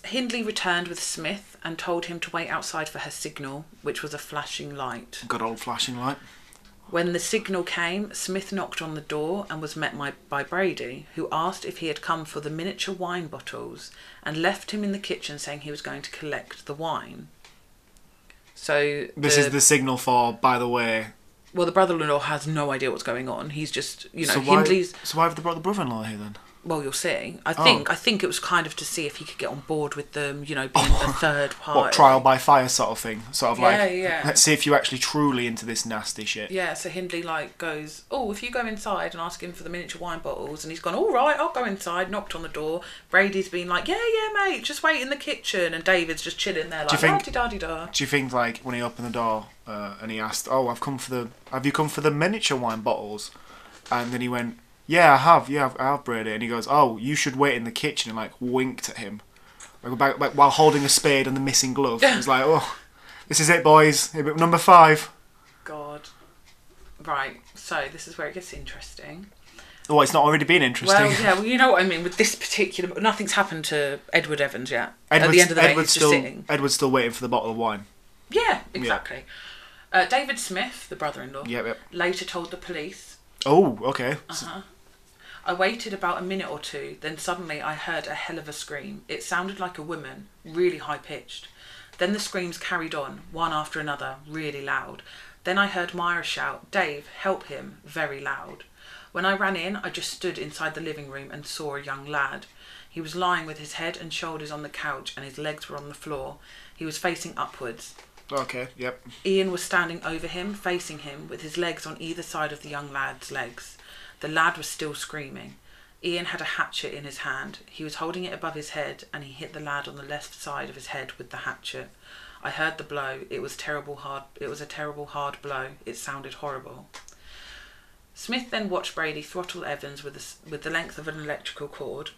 Hindley returned with Smith and told him to wait outside for her signal, which was a flashing light.
Good old flashing light.
When the signal came, Smith knocked on the door and was met my, by Brady, who asked if he had come for the miniature wine bottles and left him in the kitchen saying he was going to collect the wine. So
This is the signal for. By the way.
well, the brother-in-law has no idea what's going on. He's just you know
so why?
Hindley's.
So why have they brought the brother-in-law here then?
Well, you'll see.
Oh.
I think I think it was kind of to see if he could get on board with them. You know, being (laughs) the third party.
Oh. What trial by fire sort of thing? Sort of like.
Yeah, yeah.
Let's see if you're actually truly into this nasty shit.
Yeah, so Hindley like goes, oh, if you go inside and ask him for the miniature wine bottles, and he's gone, all right, I'll go inside. Knocked on the door. Brady's been like, yeah, yeah, mate, just wait in the kitchen, and David's just chilling there,
you
like,
think-
da da da da.
Do you think like when he opened the door uh, and he asked, "Oh, I've come for the. Have you come for the miniature wine bottles?" And then he went, "Yeah, I have. Yeah, I've, I have Brady." And he goes, "Oh, you should wait in the kitchen." And like winked at him, like, back, like while holding a spade and the missing glove. He was like, "Oh, this is it, boys. Hit it Number five.
God. Right. So this is where it gets interesting.
Oh, it's not already been interesting.
Well, yeah, well, you know what I mean. With this particular, nothing's happened to Edward Evans yet. At
(laughs) Edward's-
the end of the day,
Edward's
he's just
still
sitting.
Edward's still waiting for the bottle of wine.
Yeah, exactly. Uh, David Smith, the brother-in-law,
Yep, yep.
later told the police
Oh, okay.
Ah.
So-
I waited about a minute or two, then suddenly I heard a hell of a scream. It sounded like a woman, really high pitched. Then the screams carried on, one after another, really loud. Then I heard Myra shout, Dave, help him, very loud. When I ran in, I just stood inside the living room and saw a young lad. He was lying with his head and shoulders on the couch and his legs were on the floor. He was facing upwards.
okay. Yep.
Ian was standing over him, facing him, with his legs on either side of the young lad's legs. The lad was still screaming. Ian had a hatchet in his hand. He was holding it above his head and he hit the lad on the left side of his head with the hatchet. I heard the blow. It was terrible hard it was a terrible hard blow. It sounded horrible. Smith then watched Brady throttle Evans with the, s- with the length of an electrical cord.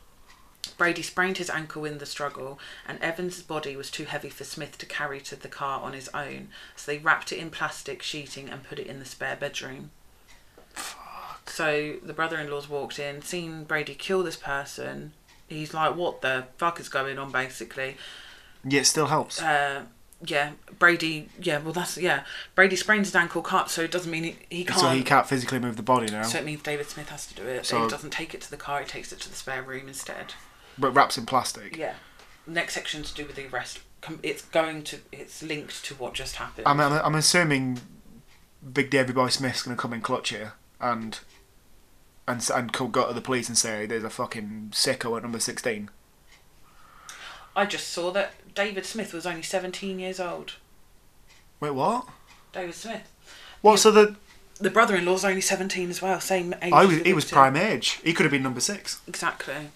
Brady sprained his ankle in the struggle, and Evans' body was too heavy for Smith to carry to the car on his own, so they wrapped it in plastic sheeting and put it in the spare bedroom. So the brother in law's walked in, seen Brady kill this person. He's like, What the fuck is going on, basically?
Yeah, it still helps.
Uh, yeah, Brady, yeah, well, that's, yeah. Brady sprains his ankle, can't, so it doesn't mean he, he can't.
so he can't physically move the body now,
So it means David Smith has to do it.
So-
Dave doesn't take it to the car, he takes it to the spare room instead.
but wraps in plastic.
Yeah. Next section to do with the arrest. Com- It's going to. It's linked to what just happened.
I'm, I'm, I'm assuming Big Davy Boy Smith's going to come in clutch here and and s- and co- go to the police and say there's a fucking sicko at number sixteen.
I just saw that David Smith was only 17 years old.
Wait, what?
David Smith.
What? So the
The brother-in-law's only 17 as well, same age.
I
as
was
the
he was
victim.
prime age. He could have been number six.
Exactly.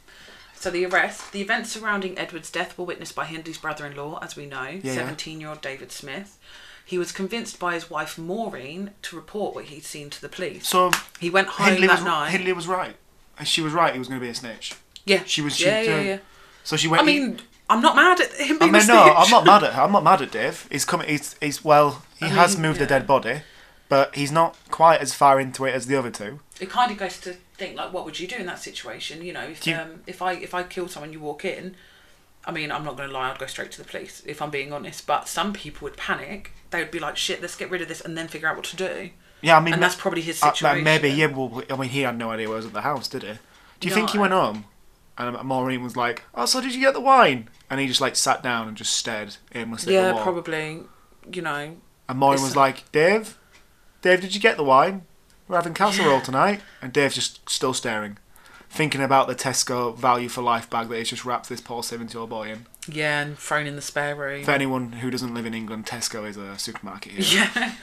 So the arrest, the events surrounding Edward's death were witnessed by Hindley's brother-in-law, as we know,
yeah.
seventeen-year-old David Smith. He was convinced by his wife Maureen to report what he'd seen to the police.
So
he went home
Hindley
that
was,
night.
Hindley was right. And She was right. He was going to be a snitch.
yeah,
She was. She,
Yeah, yeah,
uh,
yeah.
So she went.
I mean, I'm not mad at him
I
being a
mean,
snitch.
no, I'm not mad at her. I'm not mad at Dave. He's coming. He's, he's well. He
I
has
mean,
moved
yeah.
a dead body, but he's not quite as far into it as the other two.
it kind of goes to think like what would you do in that situation you know if
Do you-
um, if i if i kill someone you walk in i mean i'm not going to lie i'd go straight to the police if i'm being honest but some people would panic they would be like shit let's get rid of this and then figure out what to do
Yeah, I mean,
and that's probably his
uh,
situation
like, maybe. Yeah, well, I mean, he had no idea where was at the house, did he? Do you think he
No.
went home? And Maureen was like, "Oh, so did you get the wine?" And he just like sat down and just stared aimlessly at the
yeah
wall.
probably you know
And Maureen
It's-
was like, "Dave, Dave, did you get the wine? We're having casserole tonight." And Dave's just still staring, thinking about the Tesco value for life bag that he's just wrapped this poor seventy-year-old boy in.
yeah and thrown in the spare room
For anyone who doesn't live in England, Tesco is a supermarket here.
(laughs) yeah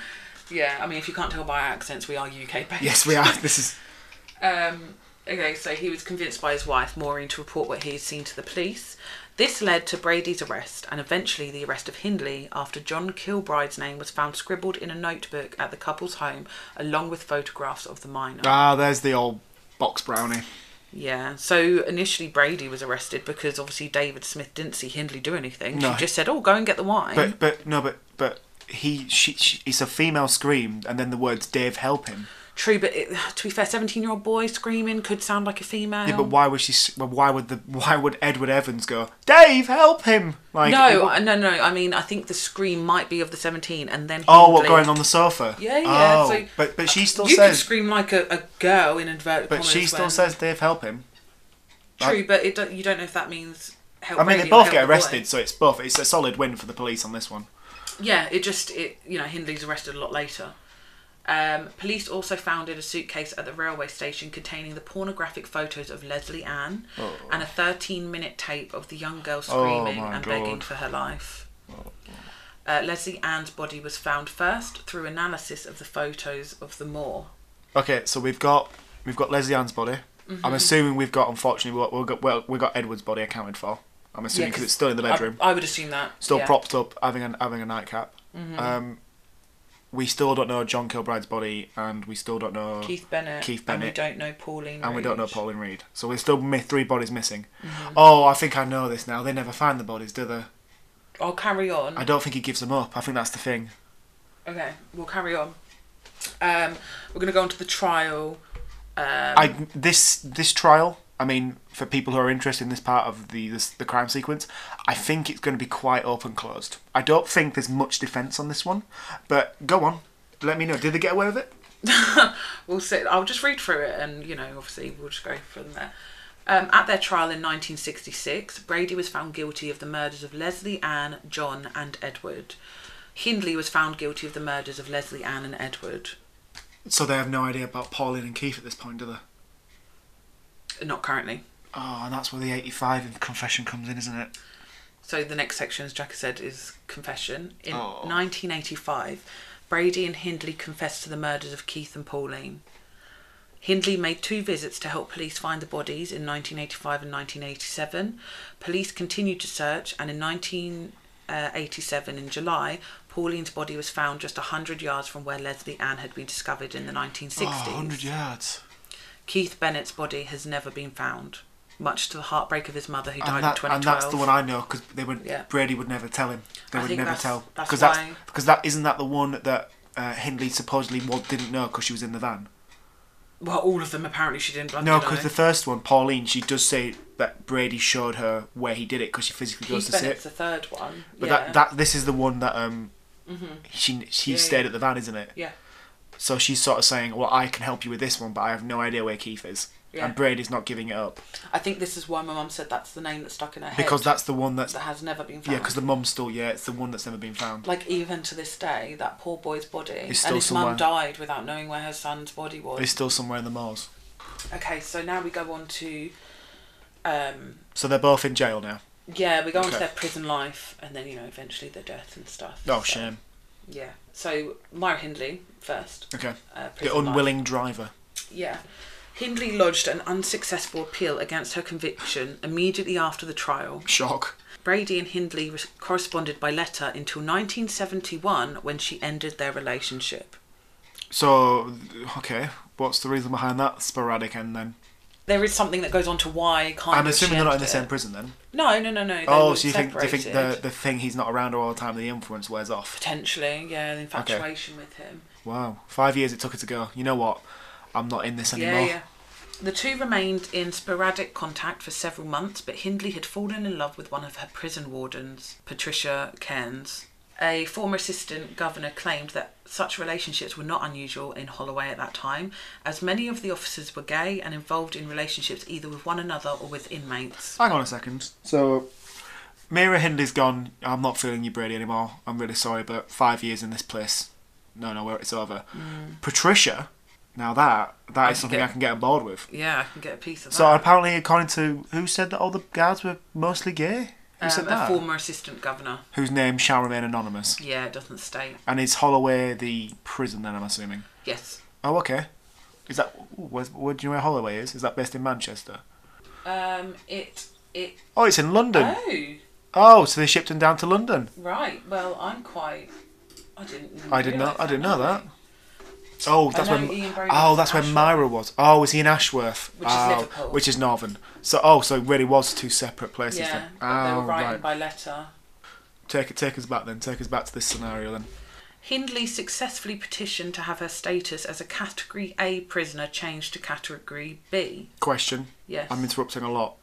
yeah i mean if you can't tell by our accents we are uk based (laughs)
yes, we are. This is
Um, okay, so he was convinced by his wife, Maureen, to report what he had seen to the police. This led to Brady's arrest and eventually the arrest of Hindley after John Kilbride's name was found scribbled in a notebook at the couple's home along with photographs of the minor.
ah, there's the old box brownie.
Yeah, so initially Brady was arrested because obviously David Smith didn't see Hindley do anything.
No.
She just said, Oh, go and get the wine.
But but no, but but he she, she it's a female scream, and then the words "Dave, help him."
True, but it, (sighs) to be fair, 17 year old boy screaming could sound like a female.
Yeah, but why was she? s- well, Why would the why would Edward Evans go? Dave, help him! Like it
no,
wa-
I- no, no. I mean, I think the scream might be of the 17 and then.
Oh, what
Hindley-
going on the sofa?
Yeah, yeah,
Oh,
so-
but but she still
you can
says,
scream like a, a girl in inverted
but
commas.
she still
when-
says, Dave, help him.
True, but it don't, you don't know if that means help.
I mean,
Brady
they
or
both
help
get
the boy.
arrested, so it's both. It's a solid win for the police on this one.
Yeah, it just it you know Hindley's arrested a lot later. Um, police also founded a suitcase at the railway station containing the pornographic photos of Leslie Ann and a 13-minute tape of the young girl screaming
Oh. my
and begging
God.
for her life. Uh, Leslie Ann's body was found first through analysis of the photos of the moor.
Okay, so we've got we've got Leslie Ann's body.
Mm-hmm.
I'm assuming we've got, unfortunately, we- we've got well, we got Edward's body accounted for. I'm assuming
Yeah,
because
'cause
it's still in the bedroom.
I, I would assume that.
still
yeah. Mm-hmm.
propped up, having a having a nightcap. Um, we still don't know John Kilbride's body, and we still don't know
Keith Bennett.
Keith
And we
Bennett.
don't know Pauline.
and we don't know
Reed.
Pauline Reed. So we're still mi- three bodies missing.
Mm-hmm.
Oh, I think I know this now. They never find the bodies, do they?
I'll carry on.
I don't think he gives them up. I think that's the thing.
Okay, we'll carry on. Um, we're going to go on to the trial. Um,
I this this trial. I mean, for people who are interested in this part of the this, the crime sequence, I think it's going to be quite open closed. I don't think there's much defense on this one, but go on. Let me know. Did they get away with it?
we'll sit. I'll just read through it, and you know, obviously, we'll just go from there. Um, at their trial in 1966, Brady was found guilty of the murders of Leslie Ann, John, and Edward. Hindley was found guilty of the murders of Leslie Ann and Edward.
So they have no idea about Pauline and Keith at this point, do they?
Not currently.
Oh, and that's where the 85 confession comes in, isn't it?
So the next section, as Jackie said, is confession. In
Oh.
1985, Brady and Hindley confessed to the murders of Keith and Pauline. Hindley made two visits to help police find the bodies in 1985 and 1987. Police continued to search, and in 1987, in July, Pauline's body was found just 100 yards from where Leslie Ann had been discovered in the 1960s.
Oh, 100 yards.
Keith Bennett's body has never been found, much to the heartbreak of his mother who died
And,
in
that,
2012.
and that's the one I know because they would
Yeah.
Brady would never tell him. They
I
would
think
never
that's-
tell
that's
because
why-
because that isn't that the one that uh, Hindley supposedly well, didn't know because she was in the van.
Well, all of them apparently she didn't bloody
No,
know.
because the first one, Pauline, she does say that Brady showed her where he did it because she physically goes
Keith
to see
Bennett's
it.
the third one.
But
yeah. Mm-hmm.
that that this is the one that um she she
Yeah,
stayed
yeah.
at the van, isn't it?
yeah,
So she's sort of saying, "Well, I can help you with this one, but I have no idea where Keith is."
Yeah.
And Brady's not giving it up
I think this is why my mum said that's the name that stuck in her head
because that's the one that's
that has never been found.
Yeah, because the mum's still yeah, it's the one that's never been found.
like even to this day, that poor boy's body
still
and his
somewhere.
mum died without knowing where her son's body was.
It's still somewhere in the moors.
Okay, so now we go on to, um,
So they're both in jail now.
yeah, we go on
Okay.
to their prison life and then you know eventually their death and stuff.
Oh
So,
shame.
Yeah. So Myra Hindley first.
Okay.
Uh,
The
prison life.
unwilling driver.
Yeah. Hindley lodged an unsuccessful appeal against her conviction immediately after the trial.
Shock.
Brady and Hindley re- corresponded by letter until 1971 when she ended their relationship.
So, okay, what's the reason behind that sporadic end then?
There is something that goes on to why kind
I'm
of she
assuming they're not in the
ended
same
it.
prison then.
No, no, no, no. They
oh,
were
so you think, do you think the,
separated.
the thing he's not around all the time, the influence wears off?
potentially, yeah, the infatuation with him.
Wow. Five years it took her to go, you know what? I'm not in this anymore.
Yeah, yeah. The two remained in sporadic contact for several months, but Hindley had fallen in love with one of her prison wardens, Patricia Cairns. A former assistant governor claimed that such relationships were not unusual in Holloway at that time, as many of the officers were gay and involved in relationships either with one another or with inmates.
Hang on a second. So, Mira Hindley's gone. I'm not feeling you, Brady, anymore. I'm really sorry, but five years in this place. No, no, where it's over. Patricia. Now that that is
can
something
Mm. get-
I can get on board with.
Yeah, I can get a piece of that.
So apparently, according to who said that all the guards were mostly gay. Who
Um,
said
a
that?
former assistant governor.
Whose name shall remain anonymous.
Yeah, it doesn't state.
And is Holloway the prison? Then I'm assuming.
Yes.
Oh, okay. Is that ooh, where's- where, do you know where Holloway is? Is that based in Manchester?
Um, it. It.
Oh, it's in London.
Oh.
Oh, so they shipped him down to London.
Right. Well, I'm quite. I didn't.
I did
realise
not. I didn't know
did
that.
I?
Oh, that's
know
where.
Ian Brady
Oh,
was
that's
in
where
Ashworth.
Myra was. Oh, was he in Ashworth?
Which is
Oh,
Liverpool.
Which is northern. So, oh, so it really was two separate places.
Yeah,
Then.
but they
Oh,
were writing
right.
by letter.
Take take us back then. Take us back to this scenario then.
Hindley successfully petitioned to have her status as a Category A prisoner changed to Category B.
Question.
Yes.
I'm interrupting a lot.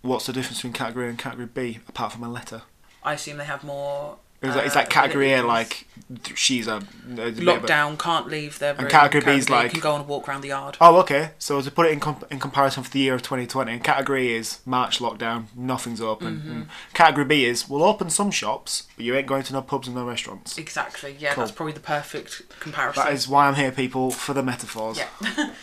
What's the difference between category A and category B apart from a letter?
I assume they have more.
Is that, is
uh,
that category A
abilities.
like th- she's a, a bit of a-
lockdown? Can't leave their room.
Category B's
Category
like-
can go on a walk around the yard.
Oh, okay. So to put it in comp- in comparison for the year of 2020, category A is March lockdown, nothing's open.
Mm-hmm.
Mm. Category B is we'll open some shops, but you ain't going to no pubs and no restaurants.
Exactly. Yeah,
Cool.
that's probably the perfect comparison.
That is why I'm here, people, for the metaphors.
Yeah. (laughs)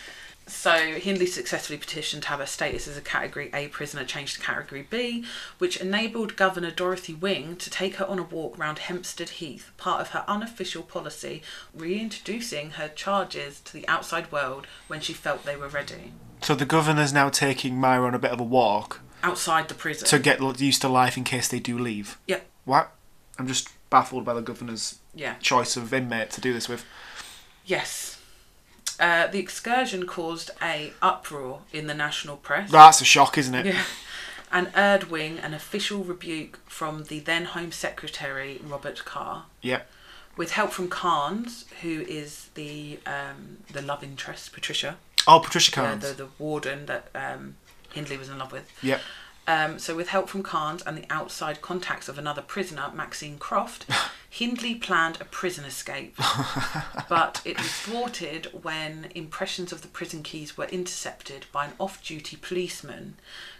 so Hindley successfully petitioned to have her status as a Category A prisoner changed to Category B, which enabled Governor Dorothy Wing to take her on a walk round Hempstead Heath, part of her unofficial policy reintroducing her charges to the outside world when she felt they were ready.
So the governor's now taking Myra on a bit of a walk
Outside the prison.
to get l- used to life in case they do leave.
Yep.
What? I'm just baffled by the governor's
Yeah.
choice of inmate to do this with.
Yes. Uh, the excursion caused a uproar in the national press.
That's a shock, isn't it?
Yeah. And Erdwing an official rebuke from the then Home Secretary Robert Carr,
Yep.
with help from Carnes, who is the um, the love interest Patricia,
Oh, Patricia
uh,
Carnes.
the the warden that um, Hindley was in love with.
Yep.
Um, so, with help from Carnes and the outside contacts of another prisoner, Maxine
(laughs)
Croft, Hindley planned a prison escape. but it was thwarted when impressions of the prison keys were intercepted by an off duty policeman.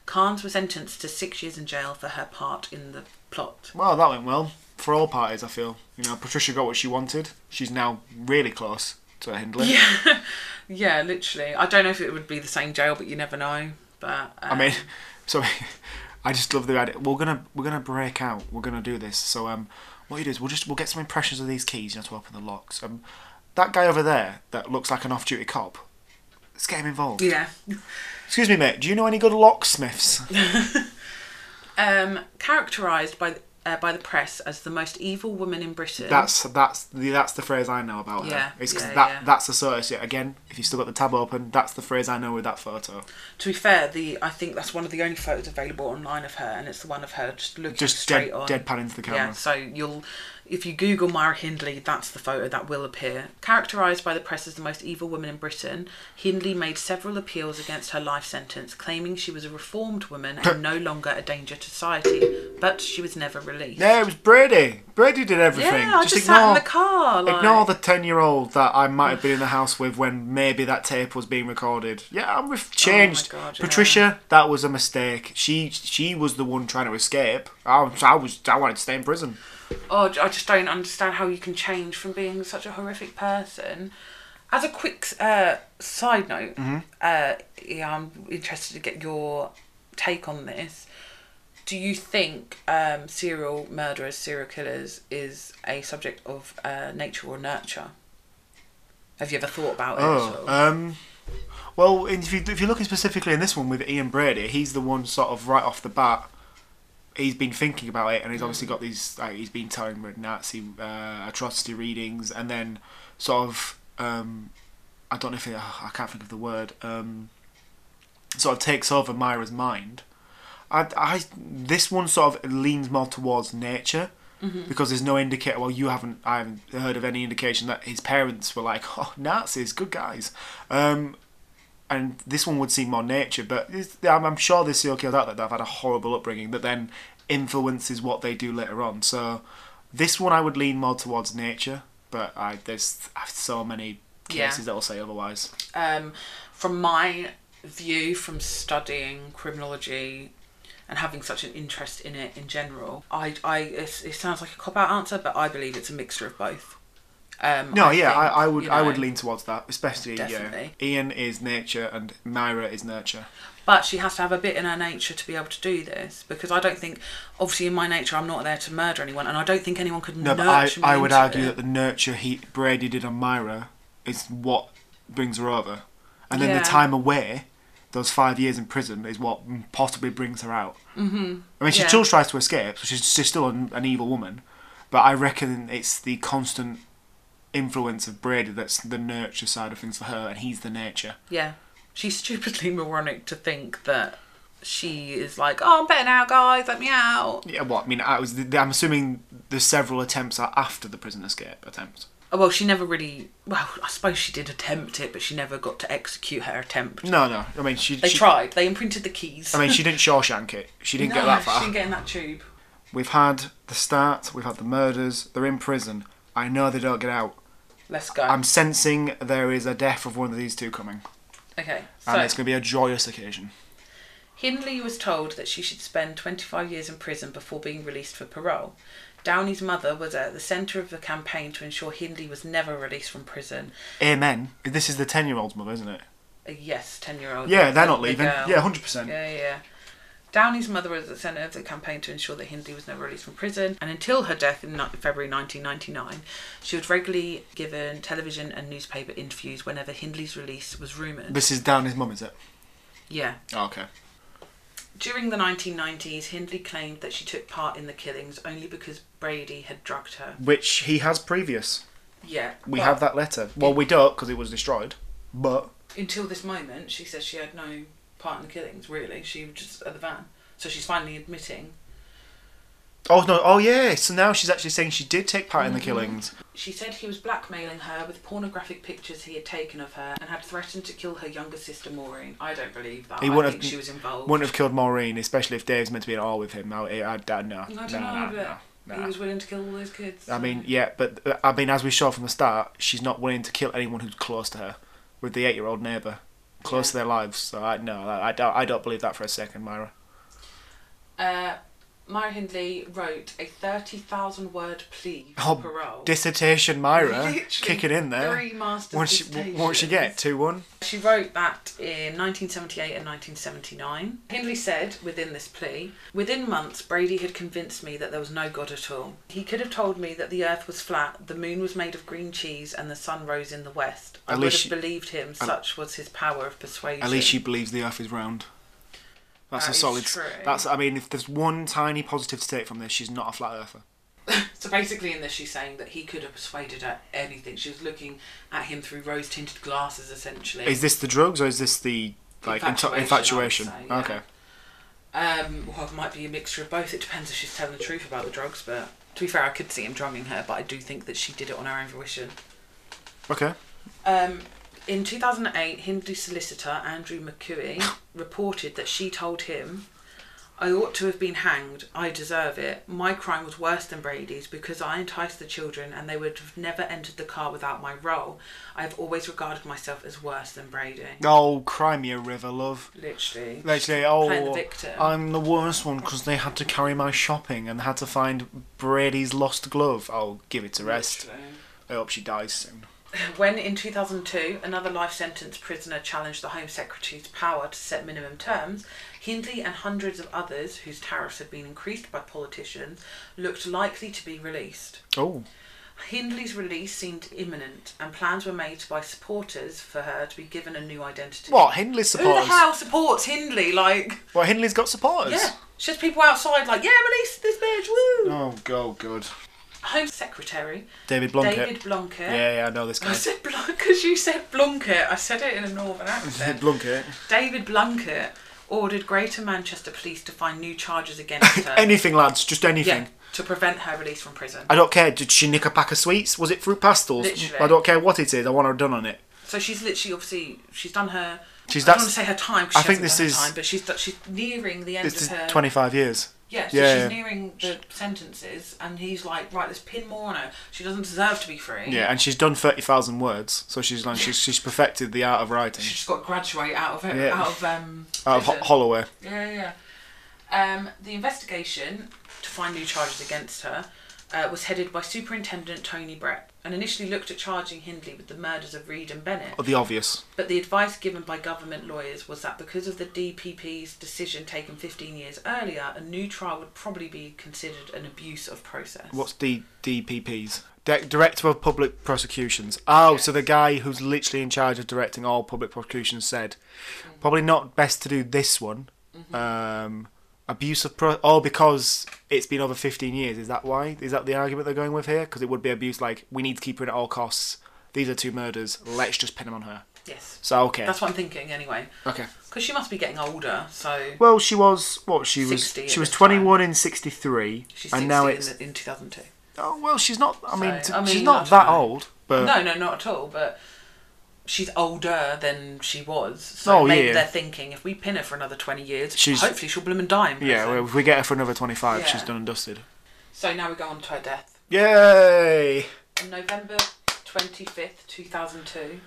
Carnes was sentenced to six years in jail for her part in the plot.
Well, that went well for all parties. I feel you know Patricia got what she wanted. She's now really close to Hindley.
Yeah, yeah, literally. I don't know if it would be the same jail, but you never know. But um,
I mean, (laughs) so I just love the idea. We're gonna we're gonna break out. We're gonna do this. So um, what you do is we'll just we'll get some impressions of these keys. You know to open the locks. Um, that guy over there that looks like an off-duty cop. Let's get him involved.
yeah.
Excuse me, mate. Do you know any good locksmiths?
(laughs) Um, characterised by uh, by the press as the most evil woman in Britain.
That's that's the that's the phrase I know about
Yeah,
her. It's 'cause
yeah,
that
yeah.
that's associated again. If you still got the tab open, that's the phrase I know with that photo.
To be fair, the I think that's one of the only photos available online of her, and it's the one of her just looking
Just
straight
dead,
on.
deadpan into the camera.
yeah, so you'll if you Google Myra Hindley, that's the photo that will appear. Characterised by the press as the most evil woman in Britain, Hindley made several appeals against her life sentence, claiming she was a reformed woman and no longer a danger to society, but she was never released.
Yeah, it was Brady. Brady did everything.
Yeah, I just, sat in the car. Like,
Ignore the ten-year-old that I might have been in the house with when maybe that tape was being recorded. Yeah, I'm ref- changed.
Oh God, yeah.
Patricia, that was a mistake. She she was the one trying to escape. I, was- I was I wanted to stay in prison.
oh, I just don't understand how you can change from being such a horrific person. As a quick uh, side note, uh, yeah, I'm interested to get your take on this. Do you think um, serial murderers, serial killers, is a subject of uh, nature or nurture? Have you ever thought about it?
Oh,
at all?
um, Well, and if you if you're looking specifically in this one with Ian Brady, he's the one sort of right off the bat. He's been thinking about it, and he's obviously got these. Like, he's been telling about Nazi uh, atrocity readings, and then sort of um, I don't know if it, I can't think of the word. Um, sort of takes over Myra's mind. I, I this one sort of leans more towards nature because there's no indicator. Well, you haven't. I haven't heard of any indication that his parents were like, (laughs) "Oh, Nazis, good guys." Um, and this one would seem more nature, but it's- I'm, I'm sure there's serial killers out there that have had a horrible upbringing that then influences what they do later on. So this one I would lean more towards nature, but I there's so many
Yeah.
cases that will say otherwise.
um, from my view from studying criminology and having such an interest in it in general i, I it's, it sounds like a cop out answer but i believe it's a mixture of both um,
No, yeah,
think,
I, I would
you
I
know,
would lean towards that, especially
Definitely.
yeah. Ian is nature and Myra is nurture.
but she has to have a bit in her nature to be able to do this because i don't think obviously in my nature i'm not there to murder anyone and i don't think anyone could
No, but I,
nurture me
I would
into
argue
it.
that the nurture he Brady did on Myra is what brings her over, and then
Yeah.
the time away, those five years in prison, is what m- possibly brings her out. Mm-hmm. I mean, she
Yeah.
still tries to escape, so she's, she's still an, an evil woman, but I reckon it's the constant influence of Brady that's the nurture side of things for her, and he's the nature.
Yeah. She's stupidly (laughs) moronic to think that she is like, oh, I'm better now, guys, let me out.
Yeah, well, I mean, I was. I'm assuming the several attempts are after the prison escape attempt.
Oh, Well, she never really, well, I suppose she did attempt it, but she never got to execute her attempt.
No, no. I mean, she.
They
Mm, she
tried, they imprinted the keys.
I mean, she didn't Shawshank it. She didn't get
No,
that
she
far.
didn't get in that tube.
We've had the start. We've had the murders. They're in prison. I know they don't get out.
Let's go.
I'm sensing there is a death of one of these two coming,
okay,
and
so
it's going to be a joyous occasion.
Hindley was told that she should spend 25 years in prison before being released for parole. Downey's mother was at the centre of the campaign to ensure Hindley was never released from prison.
Amen. This is the ten-year-old's mother, isn't it?
A yes, 10 year old.
Yeah, they're not leaving.
girl.
Yeah, hundred percent.
Yeah, yeah. Downey's mother was at the centre of the campaign to ensure that Hindley was never released from prison, and until her death in ni- February 1999, she was regularly given television and newspaper interviews whenever Hindley's release was rumoured.
This is down his mum, is it?
Yeah.
Oh, okay.
During the 1990s, Hindley claimed that she took part in the killings only because Brady had drugged her.
Which he has previous.
Yeah.
We
but
have that letter. Well, we don't because it was destroyed. But
Until this moment, she says she had no part in the killings, really. She was just at the van. So she's finally admitting
oh no, oh yeah. So now she's actually saying she did take part in
Mm.
the killings.
She said he was blackmailing her with pornographic pictures he had taken of her and had threatened to kill her younger sister Maureen. I don't believe that.
He
Oh, I
wouldn't
think
have-
she was involved.
Wouldn't have killed Maureen, especially if Dave's meant to be at all with him. I, I, I, no, no,
I don't
no,
know,
no,
but
no, no.
he was willing to kill all those kids.
I mean, yeah, but uh, I mean, as we saw from the start, she's not willing to kill anyone who's close to her, with the eight-year-old neighbour close
Yeah.
to their lives. So I no, I, I don't, I don't believe that for a second, Myra.
uh, Myra Hindley wrote a 30,000 word plea for
Oh,
parole.
Dissertation, Myra,
(laughs) Literally
kicking in there.
Three master's
Once she, w- once you get
dissertations.
two one,
She wrote that in 1978 and 1979. Hindley said within this plea, within months, Brady had convinced me that there was no God at all. He could have told me that the earth was flat, the moon was made of green cheese, and the sun rose in the west. I
At
would
least
have believed him, such was his power of persuasion.
at least she believes the Earth is round. That's
That
a
is
solid. s-
true.
That's I mean, if there's one tiny positive to take from this, she's not a flat earther.
So basically, in this, she's saying that he could have persuaded her anything. She was looking at him through rose tinted glasses, essentially.
Is this the drugs or is this the like infatuation?
Infatuation,
infatuation?
I would say, yeah.
Okay.
Um, well, it might be a mixture of both. It depends if she's telling the truth about the drugs. But to be fair, I could see him drumming her, but I do think that she did it on her own fruition.
Okay.
Um, in 2008, Hindu solicitor Andrew
(coughs)
McCooey reported that she told him, I ought to have been hanged. I deserve it. My crime was worse than Brady's because I enticed the children and they would have never entered the car without my role. I have always regarded myself as worse than Brady.
Oh, Crimea River, love.
Literally.
They say,
Playing the
"Oh,
victim."
I'm the worst one because they had to carry my shopping and had to find Brady's lost glove. I'll give it a rest.
Literally.
I hope she dies soon."
When in 2002 another life sentence prisoner challenged the Home Secretary's power to set minimum terms, Hindley and hundreds of others whose tariffs had been increased by politicians looked likely to be released.
Oh,
Hindley's release seemed imminent, and plans were made by supporters for her to be given a new identity.
What Hindley's
Who the
supporters?
hell supports Hindley? Like,
Well, Hindley's got supporters.
yeah, it's just people outside, like, yeah, release this bitch, woo!
Oh, go good.
Home Secretary
David Blunkett.
David Blunkett.
Yeah, yeah, I know this
(laughs)
guy.
I said Blunkett because you said Blunkett. I said it in a northern accent.
Blunkett.
David Blunkett ordered Greater Manchester Police to find new charges
(laughs)
against her.
Anything, lads, just anything.
Uh, yeah, to prevent her release from prison.
I don't care. Did she nick a pack of sweets? Was it fruit pastels?
Literally.
I don't care what it is. I want her done on it.
So she's literally, obviously, she's done her.
She's-
I don't want to
that's-
say her time. 'cause
I
she
think
hasn't
this
done her
is-
time, but she's do- she's nearing the end
This
of
is
her.
25 years.
Yeah, so
Yeah,
she's
yeah.
nearing the sentences, and he's like, right, let's pin more on her. She doesn't deserve to be free.
Yeah, and she's done 30,000 words, so she's like, she's, she's perfected the art of writing.
She's just got to graduate out of it,
Yeah.
out of um.
Out of Ho-
prison.
Holloway.
Yeah, yeah, yeah. Um, the investigation to find new charges against her uh, was headed by Superintendent Tony Brett and initially looked at charging Hindley with the murders of Reed and Bennett.
Or the obvious.
But the advice given by government lawyers was that because of the DPP's decision taken 15 years earlier, a new trial would probably be considered an abuse of process.
What's D- DPPs? Di- Director of Public Prosecutions. Oh, so the guy who's literally in charge of directing all public prosecutions said, probably not best to do this one.
Mm-hmm.
Um, abuse of pro. Oh, because it's been over 15 years. Is that why? Is that the argument they're going with here? Because it would be abuse like, we need to keep her in at all costs. These are two murders. Let's just pin them on her.
Yes.
So, okay.
That's what I'm thinking anyway.
okay.
Because she must be getting older, so
Well, she was what she was.
60 at
She was
this time.
21 in 63,
she's 60
and now
in,
it's.
the, in 2002.
Oh well, she's not. I mean,
So,
t-
I
she's
mean,
not
I
that
dunno.
old, but
No, no, not at all, but she's older than she was. So
Oh,
maybe
yeah.
they're thinking if we pin her for another 20 years,
She's-
hopefully she'll bloom and die in prison.
yeah. Well, if we get her for another 25, she's
Yeah.
done and dusted.
So now we go on to her death.
Yay!
On November 25th, 2002,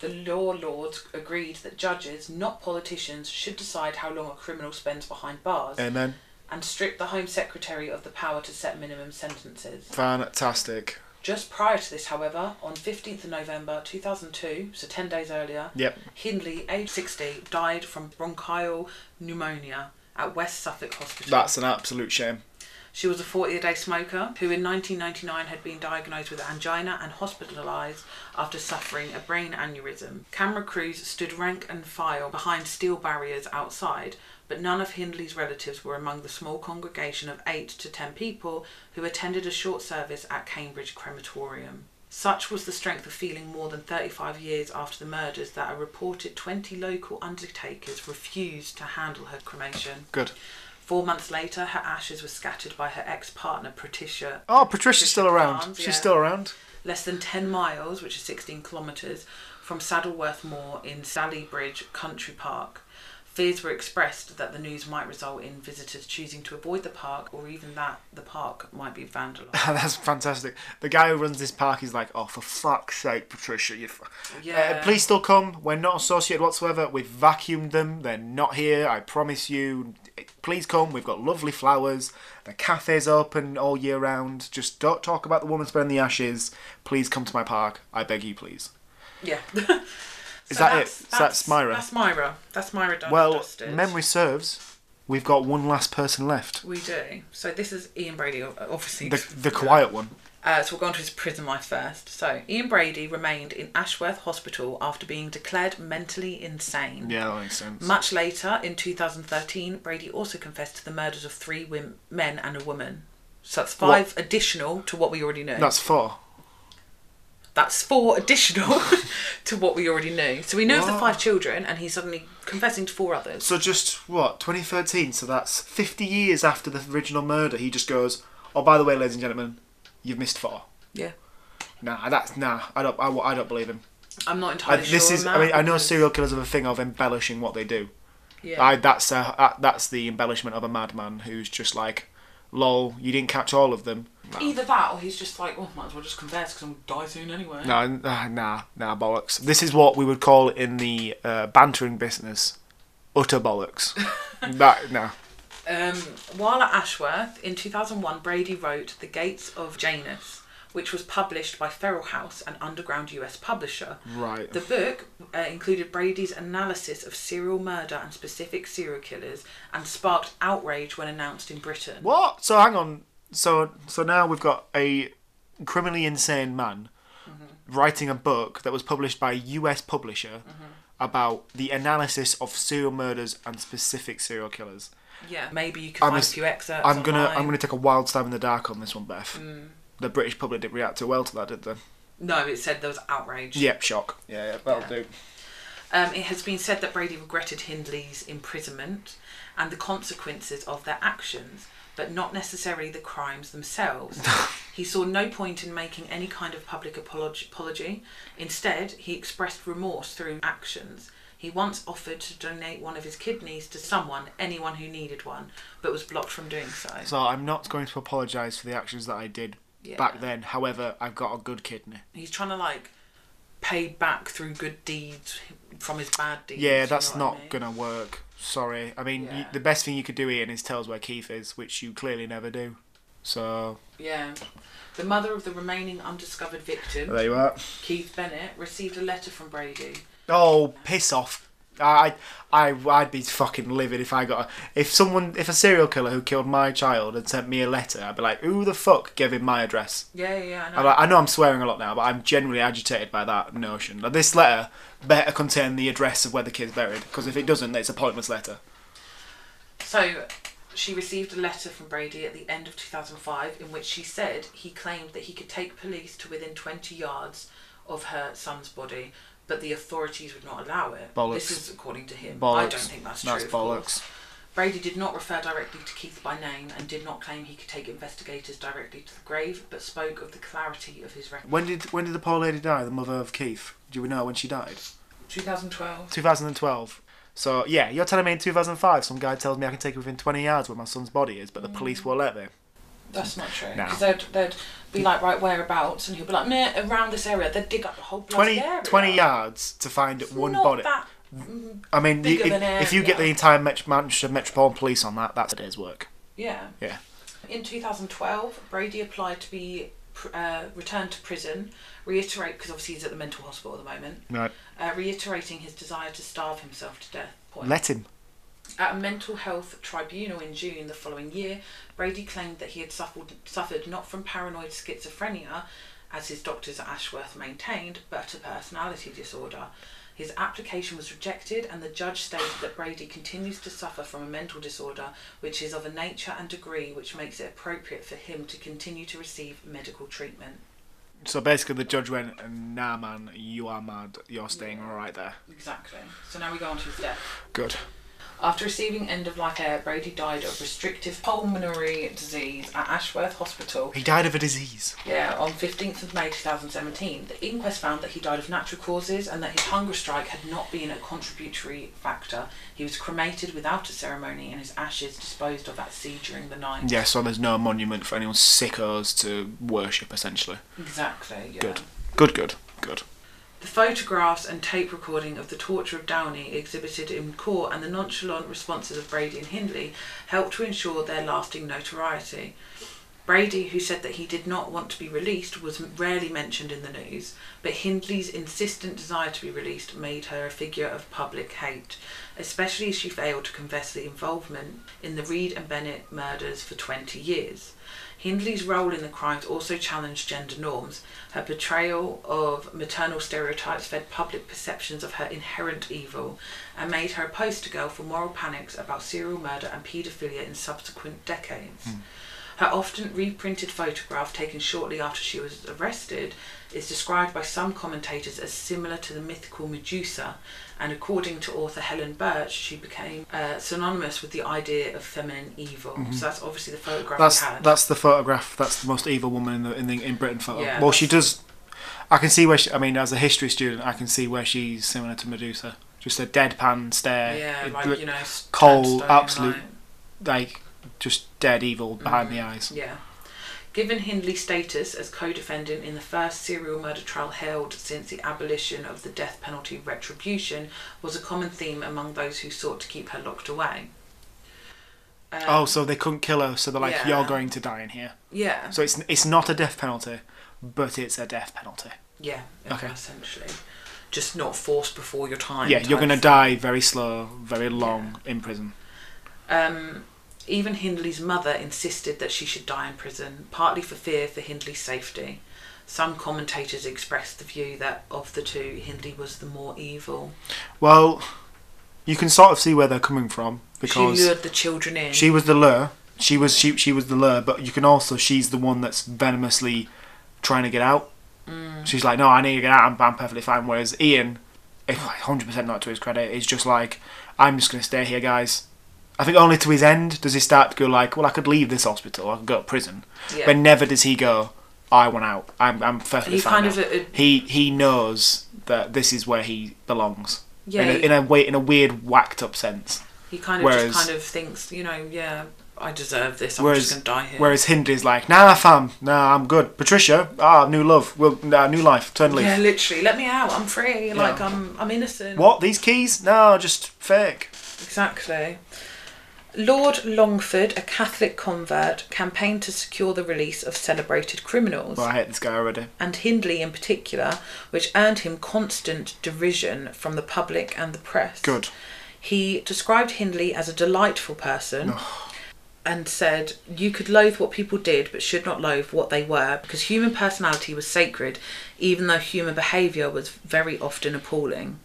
the law lords agreed that judges, not politicians, should decide how long a criminal spends behind bars
Amen.
and strip the Home Secretary of the power to set minimum sentences.
Fantastic.
Just prior to this, however, on 15th of November 2002, so 10 days earlier,
Yep.
Hindley, aged 60, died from bronchial pneumonia at West Suffolk Hospital.
That's an absolute shame.
She was a 40 a day smoker who in 1999 had been diagnosed with angina and hospitalised after suffering a brain aneurysm. Camera crews stood rank and file behind steel barriers outside, but none of Hindley's relatives were among the small congregation of 8 to 10 people who attended a short service at Cambridge Crematorium. Such was the strength of feeling more than 35 years after the murders that a reported 20 local undertakers refused to handle her cremation.
Good.
Four months later, her ashes were scattered by her ex partner, Patricia.
Oh, Patricia's still around.
Barnes,
She's
yeah.
still around. (laughs)
Less than 10 miles, which is 16 kilometres, from Saddleworth Moor in Sallybridge Country Park. Fears were expressed that the news might result in visitors choosing to avoid the park or even that the park might be
(laughs)
vandalised.
That's fantastic. The guy who runs this park is like, oh, for fuck's sake, Patricia, you. F-
Yeah.
Uh, please still come. We're not associated whatsoever. We've vacuumed them. They're not here. I promise you. Please come. We've got lovely flowers. The cafe's open all year round. Just don't talk about the woman spreading the ashes. Please come to my park. I beg you, please.
yeah. (laughs)
Is that it? So that's Myra?
That's Myra. That's Myra done.
well,
and dusted.
memory serves. We've got one last person left.
We do. So this is Ian Brady, obviously.
The the quiet one.
Uh, so we'll go on to his prison life first. So Ian Brady remained in Ashworth Hospital after being declared mentally insane.
Yeah, that makes sense.
Much later, in 2013, Brady also confessed to the murders of three wom- men and a woman. So that's five additional to what we already knew.
That's four.
That's four additional (laughs) to what we already knew. So we know of the
Wow.
five children, and he's suddenly confessing to four others.
So just what 2013. So that's 50 years after the original murder. He just goes, "Oh, by the way, ladies and gentlemen, you've missed four.
Yeah,
Nah, that's nah. I don't. I, I don't believe him.
I'm not
I,
entirely sure.
this
on
is.
that
I mean, I know
because-
serial killers have a thing of embellishing what they do.
Yeah.
I that's a, that, that's the embellishment of a madman who's just like, lol, you didn't catch all of them.
Either that, or he's just like, oh, might as well just confess because I'm gonna die soon anyway.
No, n- ah, nah, nah, bollocks. This is what we would call in the uh, bantering business, utter (laughs) bollocks. that nah.
Um, while at Ashworth in 2001, Brady wrote The Gates of Janus, which was published by Ferrell House, an underground US publisher.
Right.
The book uh, included Brady's analysis of serial murder and specific serial killers and sparked outrage when announced in Britain.
What? So hang on. So so now we've got a criminally insane man writing a book that was published by a US publisher about the analysis of serial murders and specific serial killers.
Yeah. Maybe you can
I'm
find
ass-
a few excerpts.
I'm gonna
online.
I'm gonna take a Mm. wild stab in the dark on this one, Beth. The British public didn't react too well to that, did they?
No, it said there was outrage.
Yep, shock. Yeah, yeah that'll
Yeah.
do.
Um, it has been said that Brady regretted Hindley's imprisonment and the consequences of their actions, but not necessarily the crimes themselves.
(laughs)
he saw no point in making any kind of public apolog- apology. Instead, he expressed remorse through actions. He once offered to donate one of his kidneys to someone, anyone who needed one, but was blocked from doing so.
So I'm not going to apologise for the actions that I did
Yeah.
back then. However, I've got a good kidney.
He's trying to like pay back through good deeds from his bad deeds. you
Yeah,
know
that's
what I
not
mean?
gonna work. Sorry. I mean, you,
Yeah.
the best thing you could do, Ian, is tell us where Keith is, which you clearly never do. So
Yeah. The mother of the remaining undiscovered victim,
there you are.
Keith Bennett, received a letter from Brady.
Oh, piss off! I, I, I'd be fucking livid if I got a, if someone if a serial killer who killed my child had sent me a letter. I'd be like, who the fuck gave him my address?
Yeah, yeah, I
I,
know.
I know I'm swearing a lot now, but I'm generally agitated by that notion. Like, this letter better contain the address of where the kid's buried, because if it doesn't, it's a pointless letter.
So, she received a letter from Brady at the end of 2005 in which she said he claimed that he could take police to within 20 yards of her son's body, but the authorities would not allow it.
Bollocks.
This is according to him.
Bollocks.
I don't think that's true. of course.
bollocks.
Brady did not refer directly to Keith by name and did not claim he could take investigators directly to the grave, but spoke of the clarity of his record.
When did when did the poor lady die? The mother of Keith. Do we know when she died?
2012.
2012. So yeah, you're telling me in 2005, some guy tells me I can take it within 20 yards where my son's body is, but the
Mm.
police won't let me.
That's not true.
No.
Because they'd, they'd be like, right, whereabouts? And he'll be like, meh, around this area. They'd dig up the whole bloody
20,
area.
20 yards to find one
not
body.
That,
I mean, you,
big of
if,
an
if you get the
area.
entire Met- Manchester Metropolitan Police on that, that's a day's work.
yeah.
Yeah.
In 2012, Brady applied to be pr- uh, returned to prison, reiterate, because obviously he's at the mental hospital at the moment,
Right.
uh, reiterating his desire to starve himself to death. Point.
Let him.
At a mental health tribunal in June the following year, Brady claimed that he had suffered, suffered not from paranoid schizophrenia, as his doctors at Ashworth maintained, but a personality disorder. His application was rejected, and the judge stated that Brady continues to suffer from a mental disorder which is of a nature and degree which makes it appropriate for him to continue to receive medical treatment.
So basically, the judge went, "Nah, man, you are mad. You're staying all right there."
Exactly. So now we go on to his death.
Good.
After receiving end of life air, Brady died of restrictive pulmonary disease at Ashworth Hospital
He died of a disease.
Yeah, on 15th of May 2017, the inquest found that he died of natural causes and that his hunger strike had not been a contributory factor. He was cremated without a ceremony and his ashes disposed of at sea during the night.
Yeah. So there's no monument for anyone's sickos to worship, essentially.
Exactly, yeah.
Good. Good. Good. Good.
The photographs and tape recording of the torture of Downey exhibited in court and the nonchalant responses of Brady and Hindley helped to ensure their lasting notoriety. Brady, who said that he did not want to be released, was rarely mentioned in the news, but Hindley's insistent desire to be released made her a figure of public hate, especially as she failed to confess the involvement in the Reed and Bennett murders for 20 years. Hindley's role in the crimes also challenged gender norms. Her portrayal of maternal stereotypes fed public perceptions of her inherent evil and made her a poster girl for moral panics about serial murder and paedophilia in subsequent decades. Her often reprinted photograph, taken shortly after she was arrested, is described by some commentators as similar to the mythical Medusa, and according to author Helen Birch, she became uh, synonymous with the idea of feminine evil. So that's obviously the photograph
Mm-hmm. That's
we had.
that's the photograph. That's the most evil woman in the in, the, in Britain photo.
Yeah,
well, she
that's-
does. I can see where she. I mean, as a history student, I can see where she's similar to Medusa. Just a deadpan stare.
yeah,
It
like
look-
you know,
cold,
turnstone,
absolute-
like-
like just dead evil behind
Mm.
the eyes.
Yeah. Given Hindley's status as co defendant in the first serial murder trial held since the abolition of the death penalty retribution was a common theme among those who sought to keep her locked away. Um,
Oh, so they couldn't kill her. So they're like,
Yeah.
"You're going to die in here."
yeah.
So it's it's not a death penalty, but it's a death penalty.
Yeah,
Okay.
essentially. Just not forced before your time.
yeah, you're
type
gonna
thing.
die very slow, very long in prison.
Um, even Hindley's mother insisted that she should die in prison, partly for fear for Hindley's safety. some commentators expressed the view that of the two, Hindley was the more evil.
Well, you can sort of see where they're coming
she
from
uh,
because
lured the children in.
she was the lure. She was she she was the lure, but you can also she's the one that's venomously trying to get out.
Mm.
She's like, no, I need to get out. I'm, I'm perfectly fine. Whereas Ian, if like, 100% not to his credit, is just like, I'm just gonna stay here, guys. I think only to his end does he start to go like, well, I could leave this hospital. I could go to prison.
Yeah.
But never does he go. I want out. I'm I'm perfectly
He
fine.
kind
now."
of uh, a- a-
he he knows that this is where he belongs.
Yeah,
in a,
he-
in a way, in a weird whacked up sense.
he kind of
whereas-
just kind of thinks, you know, yeah, I deserve this. I'm
Whereas
just gonna die here.
whereas Hindley's like, nah, fam, nah, I'm good. Patricia, ah, new love, well, nah, new life, turn leaf.
yeah, literally, let me out. I'm free. Like I'm, I'm innocent.
What these keys? No, just fake.
Exactly. Lord Longford, a Catholic convert, campaigned to secure the release of celebrated criminals,
Well, I hate this guy already.
and Hindley in particular, which earned him constant derision from the public and the press.
Good.
He described Hindley as a delightful person. And said, You could loathe what people did, but should not loathe what they were, because human personality was sacred, even though human behaviour was very often appalling.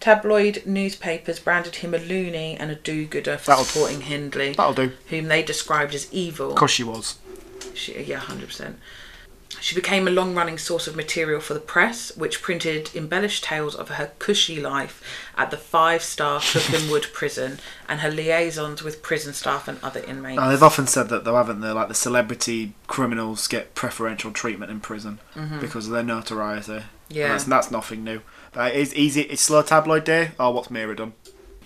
Tabloid newspapers branded him a loony and a do gooder for
That'll-
supporting Hindley,
That'll do.
whom they described as evil.
Of course she was.
She, yeah, hundred percent. She became a long-running source of material for the press, which printed embellished tales of her cushy life at the five-star Cooklinwood prison and her liaisons with prison staff and other inmates.
Now, they've often said that though, haven't they? Like the celebrity criminals get preferential treatment in prison because of their notoriety.
Mm-hmm. Yeah.
and that's, that's nothing new. But it's easy. It's slow tabloid day. Oh, what's Mira done?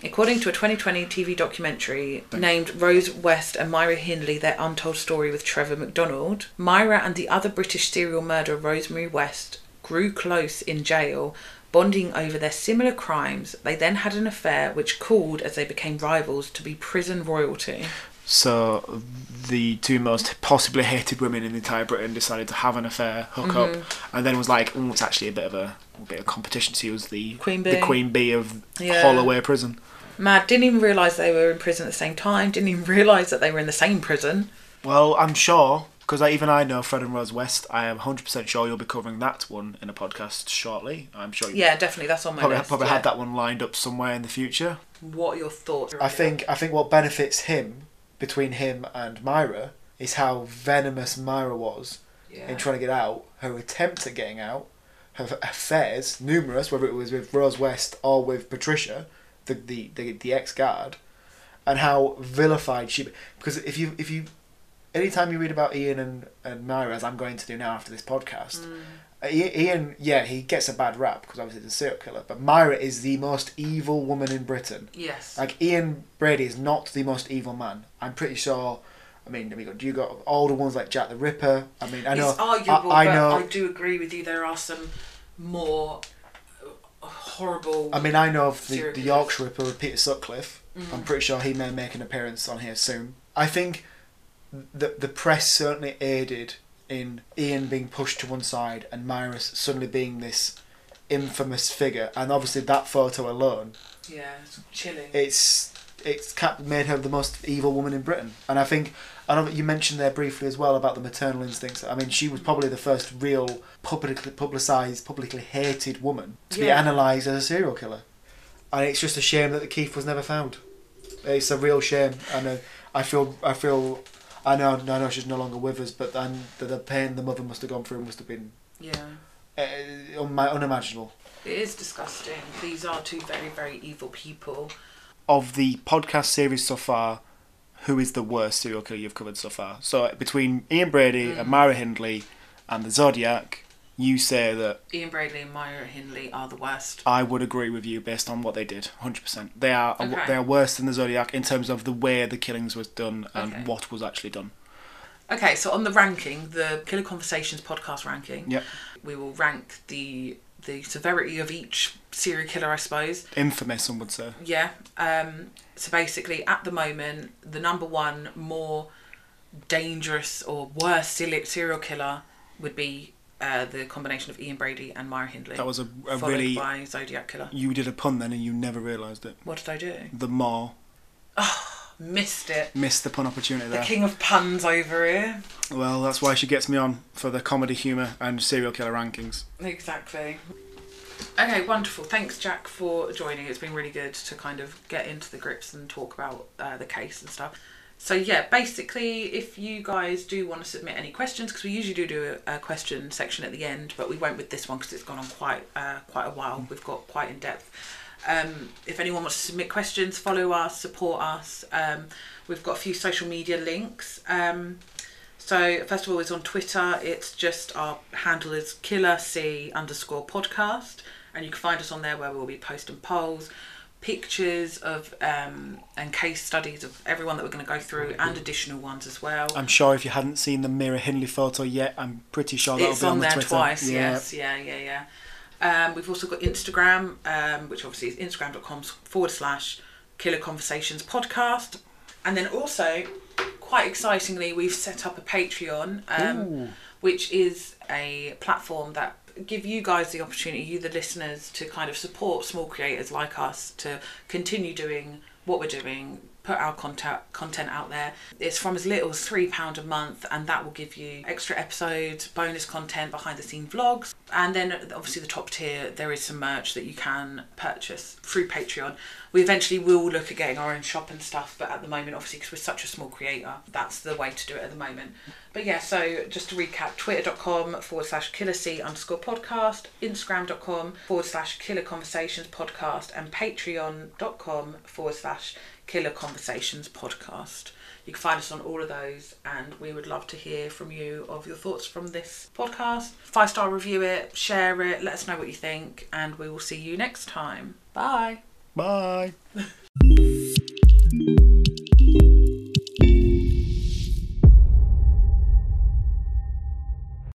According to a 2020 TV documentary named Rose West and Myra Hindley Their Untold Story with Trevor McDonald, Myra and the other British serial murderer Rosemary West grew close in jail, bonding over their similar crimes. They then had an affair which called, as they became rivals, to be prison royalty.
So the two most possibly hated women in the entire Britain decided to have an affair, hook up,
Mm-hmm.
and then was like, "Ooh, it's actually a bit of a, a bit of competition to see who's the
Queen
the
bee."
queen bee of
Yeah.
Holloway Prison."
Mad didn't even realise they were in prison at the same time, didn't even (laughs) realise that they were in the same prison.
Well, I'm sure because I, even I know Fred and Rose West. I am 100 percent sure you'll be covering that one in a podcast shortly. I'm sure you
Yeah, definitely, that's on my
probably,
list.
probably
yeah.
had that one lined up somewhere in the future.
What are your thoughts?
I think I think what benefits him between him and Myra is how venomous Myra was
Yeah.
in trying to get out, her attempt at getting out, her affairs, numerous, whether it was with Rose West or with Patricia, the the, the, the ex guard, and how vilified she because if you if you anytime you read about Ian and, and Myra as I'm going to do now after this podcast
Mm.
I- Ian, yeah, he gets a bad rap because obviously he's a serial killer. But Myra is the most evil woman in Britain.
Yes.
Like Ian Brady is not the most evil man. I'm pretty sure. I mean, we got you got older ones like Jack the Ripper. I mean, I know.
It's arguable,
I, I
but
know.
I do agree with you. There are some more uh, horrible.
I mean, I know of the,
Serial
the
killers.
Yorkshire Ripper, Peter Sutcliffe.
Mm-hmm.
I'm pretty sure he may make an appearance on here soon. I think the the press certainly aided in Ian being pushed to one side and Myra suddenly being this infamous figure, and obviously that photo alone
yeah, it's chilling.
it's it's cap- made her the most evil woman in Britain. And I think I know that you mentioned there briefly as well about the maternal instincts. I mean, she was probably the first real publicly publicized, publicly hated woman to be
Yeah.
analysed as a serial killer. And it's just a shame that the Keith was never found. It's a real shame, and uh, I feel I feel. I know, I know she's no longer with us, but then the, the pain the mother must have gone through must have been
yeah,
uh, unma- unimaginable.
it is disgusting. These are two very, very evil people.
of the podcast series so far, who is the worst serial killer you've covered so far? So between Ian Brady
Mm.
and Myra Hindley and the Zodiac, you say that
Ian Bradley and Myra Hindley are the worst.
I would agree with you based on what they did. Hundred percent, they are
Okay.
they are worse than the Zodiac in terms of the way the killings was done and
Okay.
what was actually done.
Okay, so on the ranking, the Killer Conversations podcast ranking,
Yep,
we will rank the the severity of each serial killer, I suppose.
infamous, some would say.
Yeah. Um, so basically, at the moment, the number one more dangerous or worse sele- serial killer would be uh, the combination of Ian Brady and Myra Hindley.
That was a, a
followed
really
by Zodiac Killer.
you did a pun then and you never realised it.
What did I do?
The more
Missed it.
Missed the pun opportunity
The
there.
king of puns over here.
Well, that's why she gets me on for the comedy humour and serial killer rankings.
Exactly. Okay, wonderful. Thanks, Jack, for joining. It's been really good to kind of get into the grips and talk about uh, the case and stuff. So, yeah, basically, if you guys do want to submit any questions, because we usually do do a, a question section at the end, but we won't with this one because it's gone on quite uh, quite a while. We've got quite in depth. Um, if anyone wants to submit questions, follow us, support us. Um, we've got a few social media links. Um, so first of all, it's on Twitter. It's just our handle is killer c underscore podcast, and you can find us on there where we'll be posting polls, pictures of um, and case studies of everyone that we're going to go through, and additional ones as well.
I'm sure if you hadn't seen the Mira Hindley photo yet, I'm pretty sure that'll
it's
be on,
on
the
there
Twitter.
twice.
Yeah.
Yes, yeah, yeah, yeah. Um, we've also got Instagram, um, which obviously is instagram.com forward slash killer conversations podcast. And then also, quite excitingly, we've set up a Patreon, um, which is a platform that give you guys the opportunity, you the listeners, to kind of support small creators like us to continue doing what we're doing, put our content content out there. It's from as little as three pound a month, and that will give you extra episodes, bonus content, behind the scene vlogs, and then obviously the top tier. There is some merch that you can purchase through Patreon. We eventually will look at getting our own shop and stuff, but at the moment, obviously, because we're such a small creator, that's the way to do it at the moment. But yeah, so just to recap, twitter.com forward slash killer C underscore podcast, instagram.com forward slash killer conversations podcast, and patreon.com forward slash killer conversations podcast. You can find us on all of those, and we would love to hear from you of your thoughts from this podcast. Five star review it, share it, let us know what you think, and we will see you next time. Bye.
Bye.